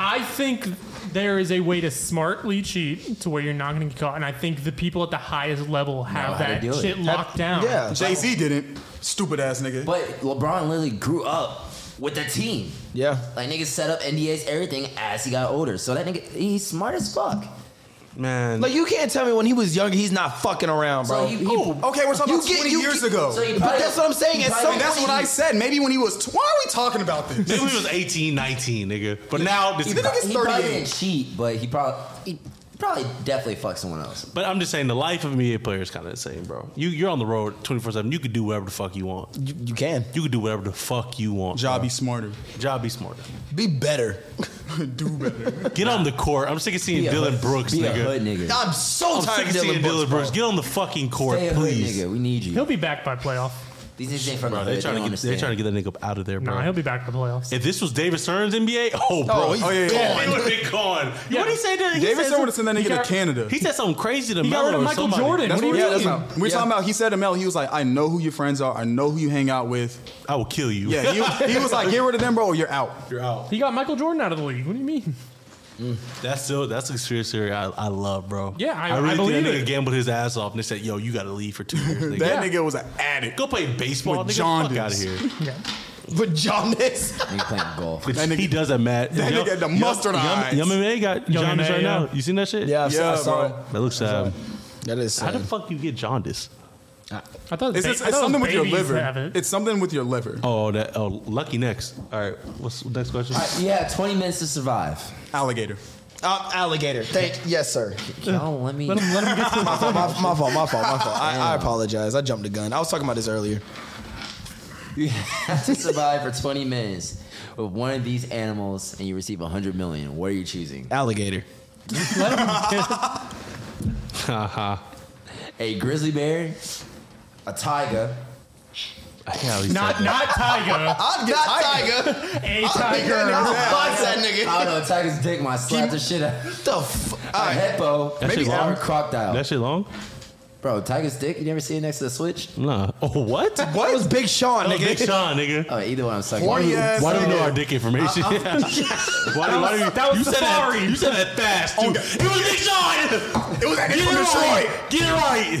I think there is a way to smartly cheat to where you're not going to get caught, and I think the people at the highest level
how
have
to
that
do it.
shit locked down.
Yeah.
Jay Z didn't. Stupid ass nigga.
But LeBron literally grew up with the team.
Yeah.
Like niggas set up NDAs, everything as he got older. So that nigga, he's smart as fuck.
Man.
Like you can't tell me when he was younger he's not fucking around,
So
bro.
he- he-
Okay, we're talking
You
about
get-
20
you
years
get-
ago.
so he
Oh. but
probably-
that's what I'm saying.
he
At
probably-
some
And that's what I said. Maybe when he was. Tw- why are we talking about this?
Maybe he was 18, 19, nigga. But now, this
He,
The nigga's
he probably
38.
didn't cheat, but he probably he probably definitely fucked someone else.
but I'm just saying, the life of an NBA player is kind of the same, bro. You, you're on the road 24 7. You could do whatever the fuck you want.
you, you can
You could do whatever the fuck you want.
Job be
bro.
smarter.
Job be smarter.
be better.
Do better.
Get on the court. I'm sick of seeing
Be a
Dylan
hood-
Brooks,
be a hood
nigga.
nigga.
I'm so
I'm
tired
sick of
of Dylan
seeing
Brooks.
Dylan Brooks.
bro.
Get on the fucking court,
Stay a
please.
hood nigga. We need
He'll
you.
be back by playoff.
These niggas ain't from
Bro,
the
they
hood.
trying to
don't
get they trying to get that nigga up out of there, bro.
Nah, he'll be back by playoffs.
if this was David Stern's NBA, oh, bro,
he's
Oh, yeah, yeah, yeah.
he would have been gone.
Yeah.
What did he say? To, he said
Davidson would have sent
some-
that nigga to
he got-
Canada.
He said something crazy to
He got
Melo
rid of
or
Michael
somebody.
Jordan.
That's
what
what
do
yeah,
you
that's
mean?
not- we're talking about. He said to Mel, he was like, "I know who your friends are. I know who you hang out with."
I will kill you.
Yeah, he, he was like, "Get rid of them, bro. Or you're out."
you're out.
He got Michael Jordan out of the league. What do you mean?
That's still that's a conspiracy theory I, I love, bro.
Yeah,
really
I- I
think that
believe
nigga
it.
gambled his ass off and they said, "Yo, you got to leave for two years." Nigga.
That nigga was an addict.
Go play baseball,
With
nigga. John fuck out of
jaundice.
here.
Yeah.
But jaundice.
He playing golf.
Which
That nigga-
he does that, Matt.
that nigga had the mustard eyes.
Yum, yum, yum, got
Young
jaundice
MA,
right
yeah.
now. You seen that shit?
Yeah, I saw- I
Yeah,
saw
bro.
it.
That looks sad.
That is
How the
sad.
fuck you get jaundice?
I thought
It's,
ba-
just,
I
it's
thought
something with your
babies have
liver.
it.
It's something with your liver.
Oh, that. Oh, lucky next. All right. What's next question?
All right, you have 20 minutes to survive.
Alligator.
Uh, alligator. Thank yes, sir.
Y'all let me.
Let him, let him get to
My fault. My, my fault. My fault. My fault. I, I apologize. I jumped the gun. I was talking about this earlier.
You have to survive for 20 minutes with one of these animals, and you receive 100 million. What are you choosing?
Alligator.
Haha.
A grizzly bear, a tiger,
I hate how he
not
said that.
not Tiger.
I'd get tiger.
A Tiger.
Box that
I
nigga.
don't know, tiger's dick might slap the shit out.
What the f-
A hippo,
That shit
maybe
long?
or a crocodile.
Oh.
That shit long?
Bro, tiger's dick, you never see it next to the switch?
Nah. Oh, what? That
What was Big Sean,
was
nigga?
Big Sean,
Uh,
nigga.
Oh, either one I'm sucking.
Horny ass.
Why do you
nigga.
know our dick information? Why do- why do you-
that was
you said
Safari.
that? You said that fast. Too.
Oh, God.
It was Big Sean.
It was that
Get
nigga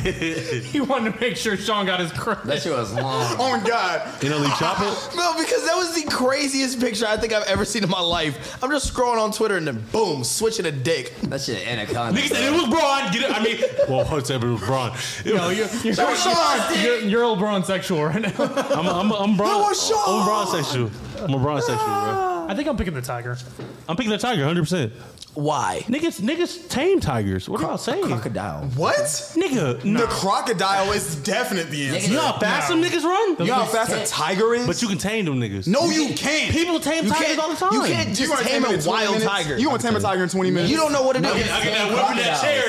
it
from Detroit.
right. Get it right.
He wanted to make sure Sean got his credit.
That shit was long.
Oh my god.
You know, Lee Chopper.
No, because that was the craziest picture I think I've ever seen in my life. I'm just scrolling on Twitter and then boom, switching a dick.
That shit anaconda.
Nigga said it was Braun. Get it. I mean, well, Hutz said it was Braun. Sean. It
Yo,
was-
you're, you're, you're, you're LeBron sexual right now.
I'm I'm I'm
That
Braun.
was Sean! Ah.
I'm Braun sexual. I'm a Braun sexual, bro.
I think I'm picking the tiger.
I'm picking the tiger, hundred percent.
Why?
Niggas, niggas tame tigers. What y'all saying?
Crocodile.
What?
Nigga,
The crocodile is definitely the answer.
You know how fast them niggas run?
You know how fast a tiger is?
But you can tame them niggas.
No, you can't.
People tame
You
tigers
can't-
all the time.
you can't just
wanna
tame it in 20 minutes? You wanna tame a tiger in 20 minutes? You don't know what it
Niggas
is. I can- I
tame
can whip in that
chair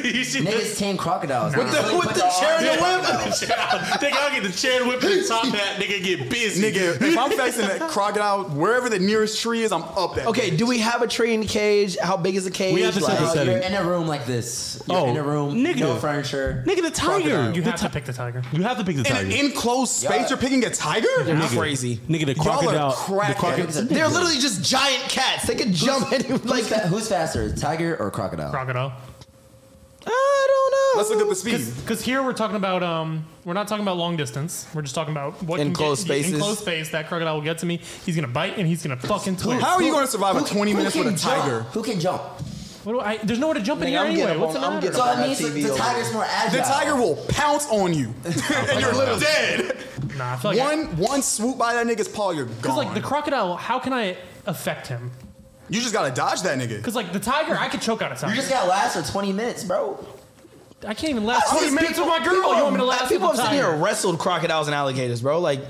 that- you see
Niggas tame crocodiles.
With the-
They
with
put
the chair and the
arm-
whip? Nigga, I'll get the chair whip and the top hat. Nigga, get busy.
Nigga, if I'm facing that crocodile, wherever the nearest tree is, I'm up that.
Okay, do we have a tree in the cage? How big is the cage? Like-
Like, You're in a room like this. You're
Oh,
in a room. No
nigga.
furniture.
Nigga, the tiger.
You have to pick the tiger.
You have to pick the
In an
tiger.
enclosed space,
Yeah.
you're picking a tiger?
Nigga, Nigga, the crocodile. the crocodile.
They're literally just giant cats. They could jump in like
fa- who's faster, tiger or crocodile?
Crocodile.
I
don't know. Let's look up the speed.
Because here we're talking about um, we're not talking about long distance. We're just talking about what can
Enclosed
get,
spaces.
Enclosed space. That crocodile will get to me. He's gonna bite and he's gonna fucking twist.
How are you going to survive a 20 minutes with a
jump?
tiger?
Who can jump?
What do I? There's nowhere to jump in
Nigga,
here
I'm getting
anyway.
up
What's the
on- I'm
matter?
getting up on So it that means TV the over. tiger's
more
The tiger will pounce on you, and you're
God.
dead.
Nah, I feel like I-
One one swoop by that nigga's paw, you're
Because
gone.
like the crocodile, how can I affect him?
you just gotta dodge that nigga.
Because like the tiger, I could choke out a tiger.
You just gotta last for 20 minutes, bro.
I can't even last
I
twenty
just-
minutes with my girl.
people-
you want me to last?
People have
with the
sitting here
tiger?
wrestled crocodiles and alligators, bro. Like,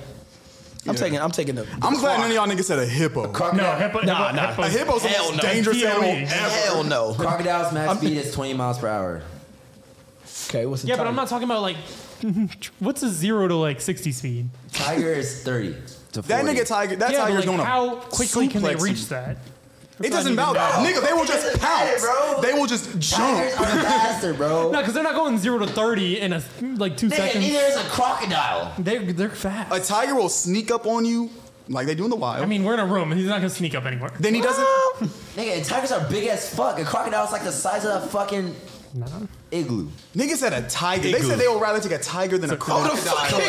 I'm taking, I'm taking the.
I'm glad none of y'all niggas said a hippo.
No, hippo.
Nah,
hippo-
nah.
hippo- E.
A hippo's the
Hell no.
most dangerous
DOE.
animal ever.
Hell no.
Crocodile's max
I'm-
speed is 20 miles per hour.
Okay, what's the
Yeah, but I'm not talking about like what's a zero to like sixty speed.
Tiger is 30 to 40.
That nigga tiger, that
Yeah, but,
tiger's
like,
gonna.
How quickly can they
suplex
reach
him.
that?
It
That's
doesn't
what I
matter,
need to know.
nigga. They will just
doesn't matter,
pounce.
bro.
They will just
Tigers are
jump.
faster, bro.
No, because they're not going zero to thirty in a like two
Nigga,
seconds.
neither is a crocodile.
They're they're fast.
A tiger will sneak up on you like they do in the wild.
I mean, we're in a room. He's not gonna sneak up anywhere.
then he doesn't.
Nigga, and tigers are big as fuck. A crocodile's like the size of a fucking igloo.
Niggas said a tiger. They
Igloo.
said they would rather take a tiger than a crocodile.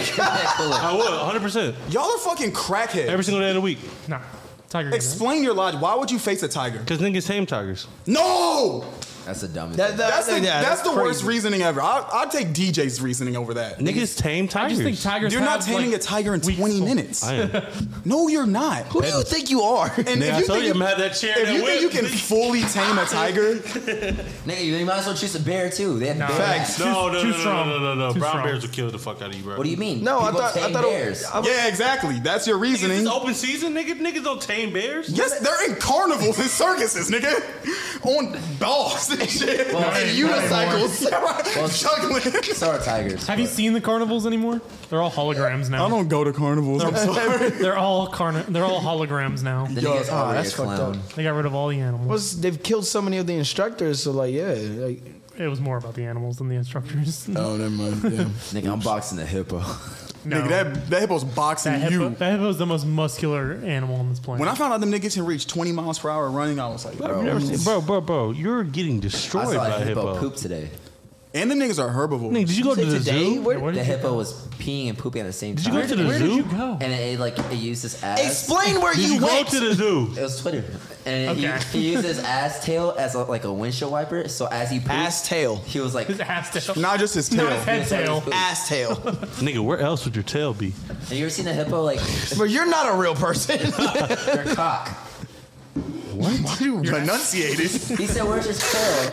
I would, 100%.
Y'all are fucking crackheads.
Every single day of the week.
Nah, tiger.
Explain your logic. Why would you face a tiger?
Because niggas tame tigers.
No,
That's the dumbest.
That- that-
that's the,
yeah, that's
that's the worst
crazy.
reasoning ever. I, I'll take DJ's reasoning over that.
Niggas tame
I
tigers.
just think tigers.
You're not
have,
taming
like,
a tiger in 20 minutes.
I am.
No, you're not.
Who do you think you are?
And
Nigga, I told you I'm had that chair
if
that
you think you
whip.
can fully tame a tiger,
Nigga, you might as well choose a bear too. They have
Nah.
bear
Facts.
hats.
No, no,
Too
no, no,
strong.
no, no, no.
Too
Brown
strong.
bears will kill the fuck out of you, bro.
What do you mean?
No, I
People
thought, I
tame
thought.
bears.
I,
yeah, exactly. That's your
Niggas,
reasoning.
it's open season, nigga. Niggas don't tame bears.
Yes, they're in carnivals and circuses, nigga. On balls and shit.
Well,
and
not
unicycles. Juggling.
So are tigers.
Have you seen the carnivals anymore? They're all holograms now.
I don't go to carnivals. I'm sorry.
They're all carni- They're all holograms now.
The
Yo,
nigga's
oh,
already
ah, that's
a
fucked
clown.
They got rid of all the animals.
was they've killed so many of the instructors? So like, yeah, like
it was more about the animals than the instructors.
oh, never mind. Yeah.
Nigga, I'm boxing the hippo.
No.
Nigga, that, that hippo's boxing
That hippo,
you.
that hippo is the most muscular animal on this planet.
When I found out them niggas can reach 20 miles per hour running, I was like,
Bro,
bro.
bro, bro, bro, you're getting
I
destroyed
saw
by
a hippo
hippo.
poop today.
And them niggas are herbivores.
Nigga, did you go to the
today?
zoo?
Where-
Where
The
did
hippo was peeing and pooping at the same
Did you
time.
go to the
where did you
zoo?
go?
and it, it, like it used his ass.
Explain where
Did
you,
you go
went.
to the zoo?
It was Twitter, and he-
Okay.
he, used his ass tail as a, like a windshield wiper. So as he pooped,
Ass tail.
he was like,
His ass tail.
Not just his tail.
Not his head tail.
Ass tail.
Nigga, where else would your tail be?
"Have you ever seen a hippo like
but you're not a real person.
their cock?"
Why do you enunciate it?
He said, "Where's your tail?"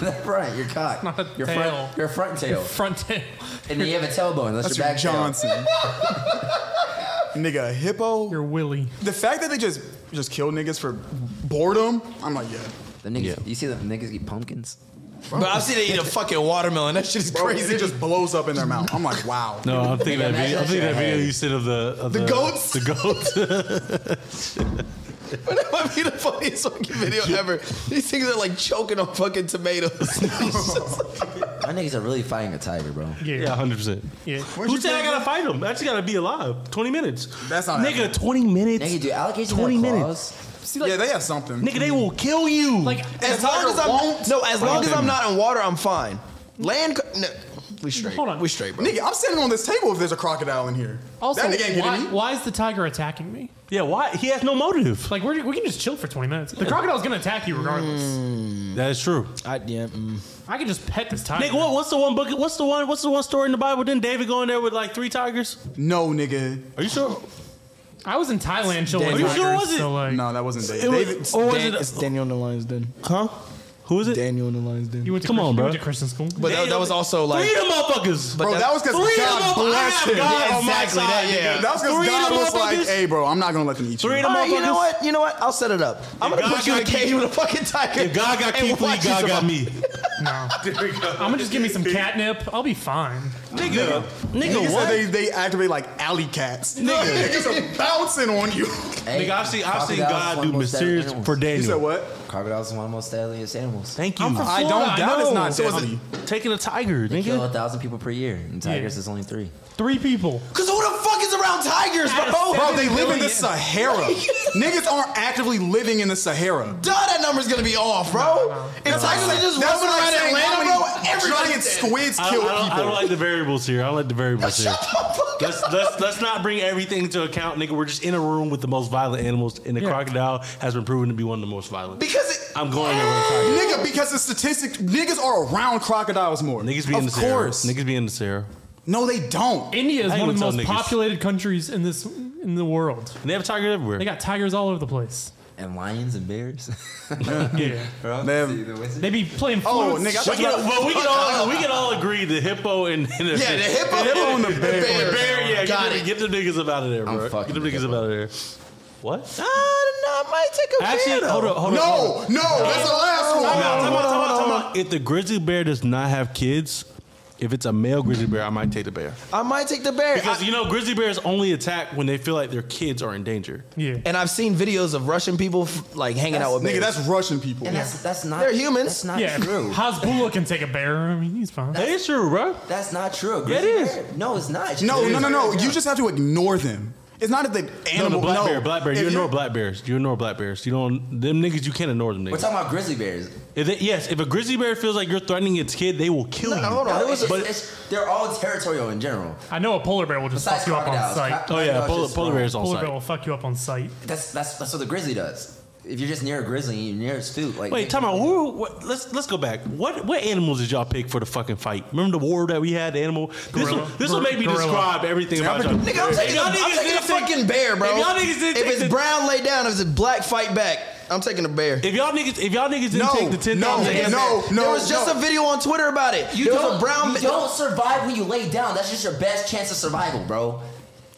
the front, your cock,
Not a
your
tail.
front, your front tail,
Front tail.
and then you have a tailbone. That's,
That's
your
your
back
Johnson. Nigga, a hippo.
Your willy.
The fact that they just just kill niggas for boredom, I'm like, yeah.
tail. The niggas,
Yeah.
you see the niggas eat pumpkins.
but I've seen it eat a fucking watermelon. That shit is
Bro,
crazy.
It just blows up in their mouth. I'm like, wow.
No, I'm thinking that
Nigga,
video. I'm
imagine
thinking
your
that video
head.
you said of the of
The goats?
The goats.
But that might be the funniest fucking video ever. These things are like choking on fucking tomatoes. It's just like-
My niggas are really fighting a tiger, bro.
Yeah.
yeah, hundred percent.
Yeah.
Who said I gotta fight him? I just gotta be alive. Twenty minutes.
That's not
nigga.
happening.
Twenty minutes.
Nigga, do alligators
20
have
minutes.
claws?
See, like,
yeah, they have something.
Nigga, they will kill you.
like
as
The
long
tiger
as I'm
won't
no, as long as
them.
I'm not in water, I'm fine. Land, co- no, we straight.
Hold on.
we straight, bro.
Nigga, I'm sitting on this table if there's a crocodile in here.
also,
that nigga ain't
why,
getting me.
why is the tiger attacking me?
yeah, why? He has no motive.
Like, we're, we can just chill for 20 minutes. The crocodile's gonna attack you regardless.
That is true.
I, yeah, mm.
I could just pet this tiger.
Nigga, what, what's the one book? What's the one? What's the one story in the Bible? Didn't David go in there with like three tigers?
No, nigga.
Are you sure?
I was in Thailand
Are
showing
you
tigers.
sure was it?
So like,
no, that wasn't
It was-
Oh,
or was it-
It's Daniel in the Lion's Den.
Huh? Who is it?
Daniel in the Lion's Den.
You went to
Come
Christian,
on,
you
bro.
went to Christian school.
But that, that was also like
Three of them motherfuckers.
But
bro,
that-
that was because
Three of
God
them- I
blessed
have
him.
God
Yeah,
on my
exactly,
side,
that- yeah.
nigga.
That was
Three
because
of
God
them
was like,
motherfuckers.
"Hey, bro, I'm not gonna let them eat you."
Three of
All
them
right, you know
motherfuckers.
what? You know what? I'll set it up. I'm gonna
God
put you in a
got
cage
you-
with a fucking tiger.
If God got
and
Keith Lee,
watch you
God got
survive.
me.
No. I'm gonna just give me some catnip. I'll be fine.
Nigga, nigga,
Niggas
what?
said they they activate like alley cats.
Nigga.
Niggas are bouncing on you.
Nigga, I've seen, I've seen
crocodiles
God
one
do
of the most
mysterious
deadliest
for
You
Daniel.
said what?
Crocodiles are one of the most deadliest animals.
Thank you.
from
I
Florida,
don't
I
doubt it's
know.
not
So
was
deadly.
it taking a tiger,
They kill a
nigga?
thousand people per year, and tigers is only three.
Three people.
Cause who the fuck is around tigers, bro?
Bro, they live in the Sahara. Niggas aren't actively living in the Sahara.
Duh, that number's gonna be off, bro. If tigers are just
That's
roaming
what
around
I'm saying. How
Atlanta, bro,
many giant
everybody's dead.
squids
I
kill
don't, I, don't, I don't
people?
like the variables here. I don't like the variables here.
Shut the fuck
Let's,
up.
let's let's not bring everything into account, nigga. We're just in a room with the most violent animals, and the
Yeah.
crocodile has been proven to be one of the most violent.
Because it,
I'm going there with a tiger.
Nigga, because the statistic, niggas are around crocodiles more.
Niggas be
of
in the
course.
Sarah. Niggas be in the Sarah.
No, they don't.
India is
I ain't
one of the
gonna
most
tell niggas.
populated countries in this in the world.
And they have tigers everywhere.
They got tigers all over the place.
And lions and bears.
Yeah.
Bro,
Man.
see the wizard?
They be playing
Oh,
flutes.
nigga, I
we
thought you
can,
were-
well, we can all we can all agree the hippo and, and the,
yeah, the hippo,
hippo and the bear.
the bear, yeah,
got
get,
it.
The, get the niggas up out of there,
I'm
bro. Get
fucking
the
the
niggas up
hippo.
out of there. What?
I don't know. I might take a
Actually,
bear,
hold
though.
up, hold up. hold
No,
up.
no, that's the last
Time
one.
out, time out, time out, time out. If the grizzly bear does not have kids, if it's a male grizzly bear, I might take the bear
I might take the bear.
because you know grizzly bears only attack when they feel like their kids are in danger.
Yeah.
and I've seen videos of Russian people f- like hanging out with bears.
Nigga, that's Russian people.
And that's that's not.
They're humans.
That's not
yeah.
true.
Hasbullah can take a bear. I mean, he's fine.
That is true, bro.
That's not true.
Yeah, it
Grizzly
is.
bear- No, it's not. It's
No,
just-
no, no, no.
Yeah.
You just have to ignore them. It's not that the
No,
animal.
no, black
no.
bear, black bear.
If
You
you're-
ignore black bears. You ignore black bears. You don't them niggas. You can't ignore them
We're
niggas.
talking about grizzly bears.
If they- yes, if a grizzly bear feels like you're threatening its kid, they will kill you.
hold on.
No,
There was
it's,
a-
it's- it's- they're all territorial in general.
I know a polar bear will just
Besides
fuck you up on
crocodiles.
sight.
Cro-
Oh yeah,
crocodiles
polar,
just
polar
roam.
bears on
Polar
site.
bear will fuck you up on sight.
That's that's that's what the grizzly does. If you're just near a grizzly, you're near its food. Like
Wait, time out. Who, what, let's let's go back. What what animals did y'all pick for the fucking fight? Remember the war that we had? The animal. This will
Gorilla.
this will make me
Gorilla.
describe everything about y'all.
Nigga, I'm
If
taking, a,
y'all
I'm
niggas
taking a
didn't take-
fucking bear, bro.
If y'all niggas didn't
If
take
it's
the-
brown, lay down. If it's black, fight back. I'm taking a bear.
If y'all niggas if y'all niggas didn't
No,
take the ten
no,
thousand,
Taking a
no,
bear.
no,
There was just
no.
a video on Twitter about it.
You
there
don't,
was a brown.
you don't survive when you lay down. That's just your best chance of survival, bro.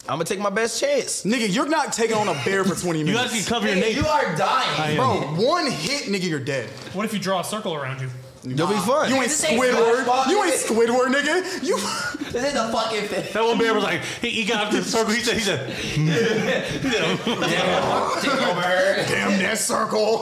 I'm gonna take my best chance.
Nigga, you're not taking on a bear for 20
you
minutes.
guys can cover your
Nigga,
name.
you are dying.
Bro, one hit, nigga, you're dead.
What if you draw a circle around you?
It'll be fun.
You ain't
This ain't
Squidward.
Squidward.
You ain't Squidward, nigga. You.
This is the fucking thing.
That one bear was like, he, he got up to the circle. He said, he said, he said
Damn that circle.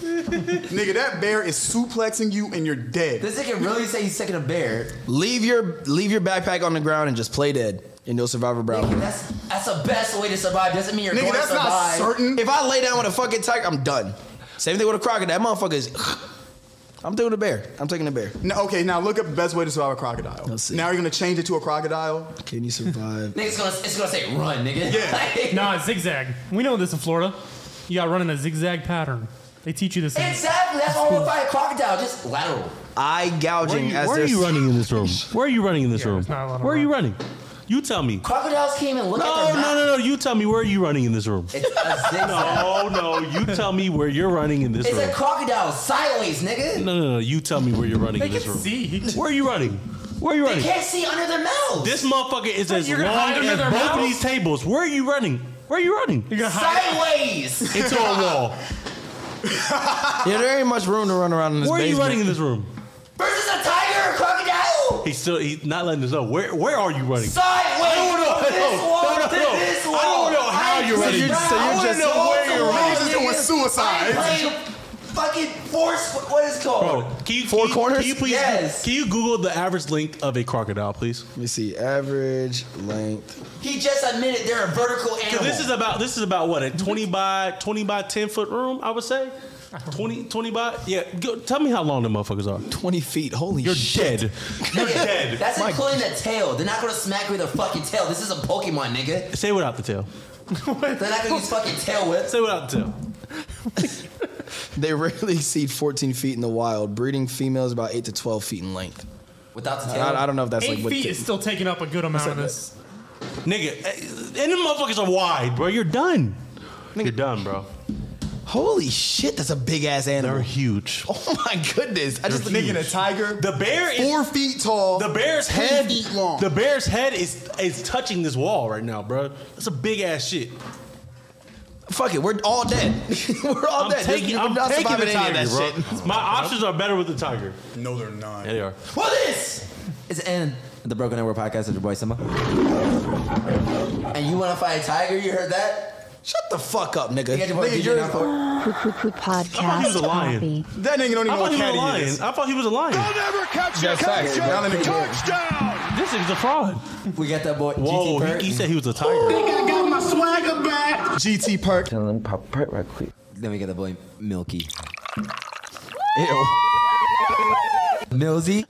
nigga, that bear is suplexing you and you're dead.
This nigga really say he's taking a bear.
Leave your leave your backpack on the ground and just play dead, and you'll survive a
Nigga,
brown.
that's that's the best way to survive. Doesn't mean you're
Nigga,
going to
that's
survive.
not certain.
If I lay down with a fucking tiger, I'm done. Same thing with a crocodile. That motherfucker is. I'm doing a bear. I'm taking a bear.
No, okay, now look up the best way to survive a crocodile.
Let's see.
Now you're gonna change it to a crocodile.
Can you survive?
Nigga's gonna it's gonna say run, nigga.
Yeah.
Like,
Nah, zigzag. We know this in Florida. You got to run in a zigzag pattern. They teach you this. in-
Exactly. That's why I want to fight a crocodile. Just lateral.
Eye gouging
Where
as
are
they're
you running in this room? Where are you running in this
Yeah,
room?
there's not a lot of
Where are you running? You tell me. Oh,
Crocodiles can't even look at
No,
their
no,
mouth.
no, no. You tell me where are you running in this room?
It's a zigzag.
No, Oh, no. You tell me where you're running in this
It's
room.
a crocodile sideways, nigga.
No, no, no. You tell me where you're running
They
in
can
this room.
see.
Where are you running? Where are you
They
running?
can't see under their mouth.
This motherfucker is as
You're
long
gonna hide under
as
their
both of
mouth?
these tables. Where are you running? Where are you running?
You're gonna hide.
sideways.
Into a wall.
Yeah, there ain't much room to run around in this
Where are you
basement.
running in this room?
Versus a tiger or crocodile.
He's still he's not letting us know. Where where are you running?
Sideways.
I don't know.
This
No,
wall
no, no.
to this
I
wall.
don't know how you're running.
ain't playing
So you're
around.
just-
I don't know
where
what's
you're
wrong,
running.
You're just doing
nigga.
suicide.
I ain't playing Fucking force. What is it called?
Bro, can you,
Four
can you-
corners?
Can you please?
Yes.
Can you Google the average length of a crocodile, please?
Let me see. Average length.
He just admitted they're a vertical animal.
Because this is about this is about what a twenty by twenty by ten foot room, I would say. 20, 20 by yeah. Go, tell me how long the motherfuckers are.
20 feet. Holy
You're
shit.
dead. You're dead.
That's including the tail. They're not gonna smack you with a fucking tail. This is a Pokemon, nigga.
Say without the tail.
They're not gonna use fucking tail whips.
Say without the tail.
They rarely exceed 14 feet in the wild. Breeding females about 8 to 12 feet in length.
Without
I, I don't know if that's
Eight
like with
feet
the-
is still taking up a good amount of this.
Nigga, and them motherfuckers are wide, bro. You're done. You're done, bro.
Holy shit, that's a big ass animal.
They're huge.
Oh my goodness! I just
Nigga, the tiger.
The bear is
four feet tall.
The bear's
three
head,
feet long.
the bear's head is is touching this wall right now, bro. That's a big ass shit.
Fuck it, we're all dead. we're all
I'm
dead. There's-
taking,
we're
I'm
not
taking the
surviving any
tiger,
of that
bro.
shit.
My options are better with the tiger.
No, they're not.
Yeah, they are.
Well, this is the end of the Broken Network podcast with your boy Simba. And you want to fight a tiger? You heard that?
Shut the fuck up, nigga.
You got your boy
Nigga,
DJ
you're-
Nalpo.
Podcast Poppy.
That nigga don't even
I
know
thought he
what
was a
cat he
lion.
is.
I thought he was a lion.
Never catch you,
That's facts,
catch
bro. Now let
you.
me-
Touchdown.
This is a fraud.
We got that boy.
Whoa,
GT Perk.
he, he said he was a tiger.
Think I got my swagger back.
GT Perk.
Tell him pop right, right quick.
Then we got that boy Milky. Millsy.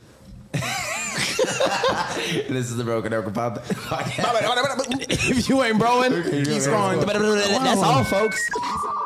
this is the Broken Network Pop.
if you ain't broing,
Keep
keep
scrolling.
scrolling. That's all, folks.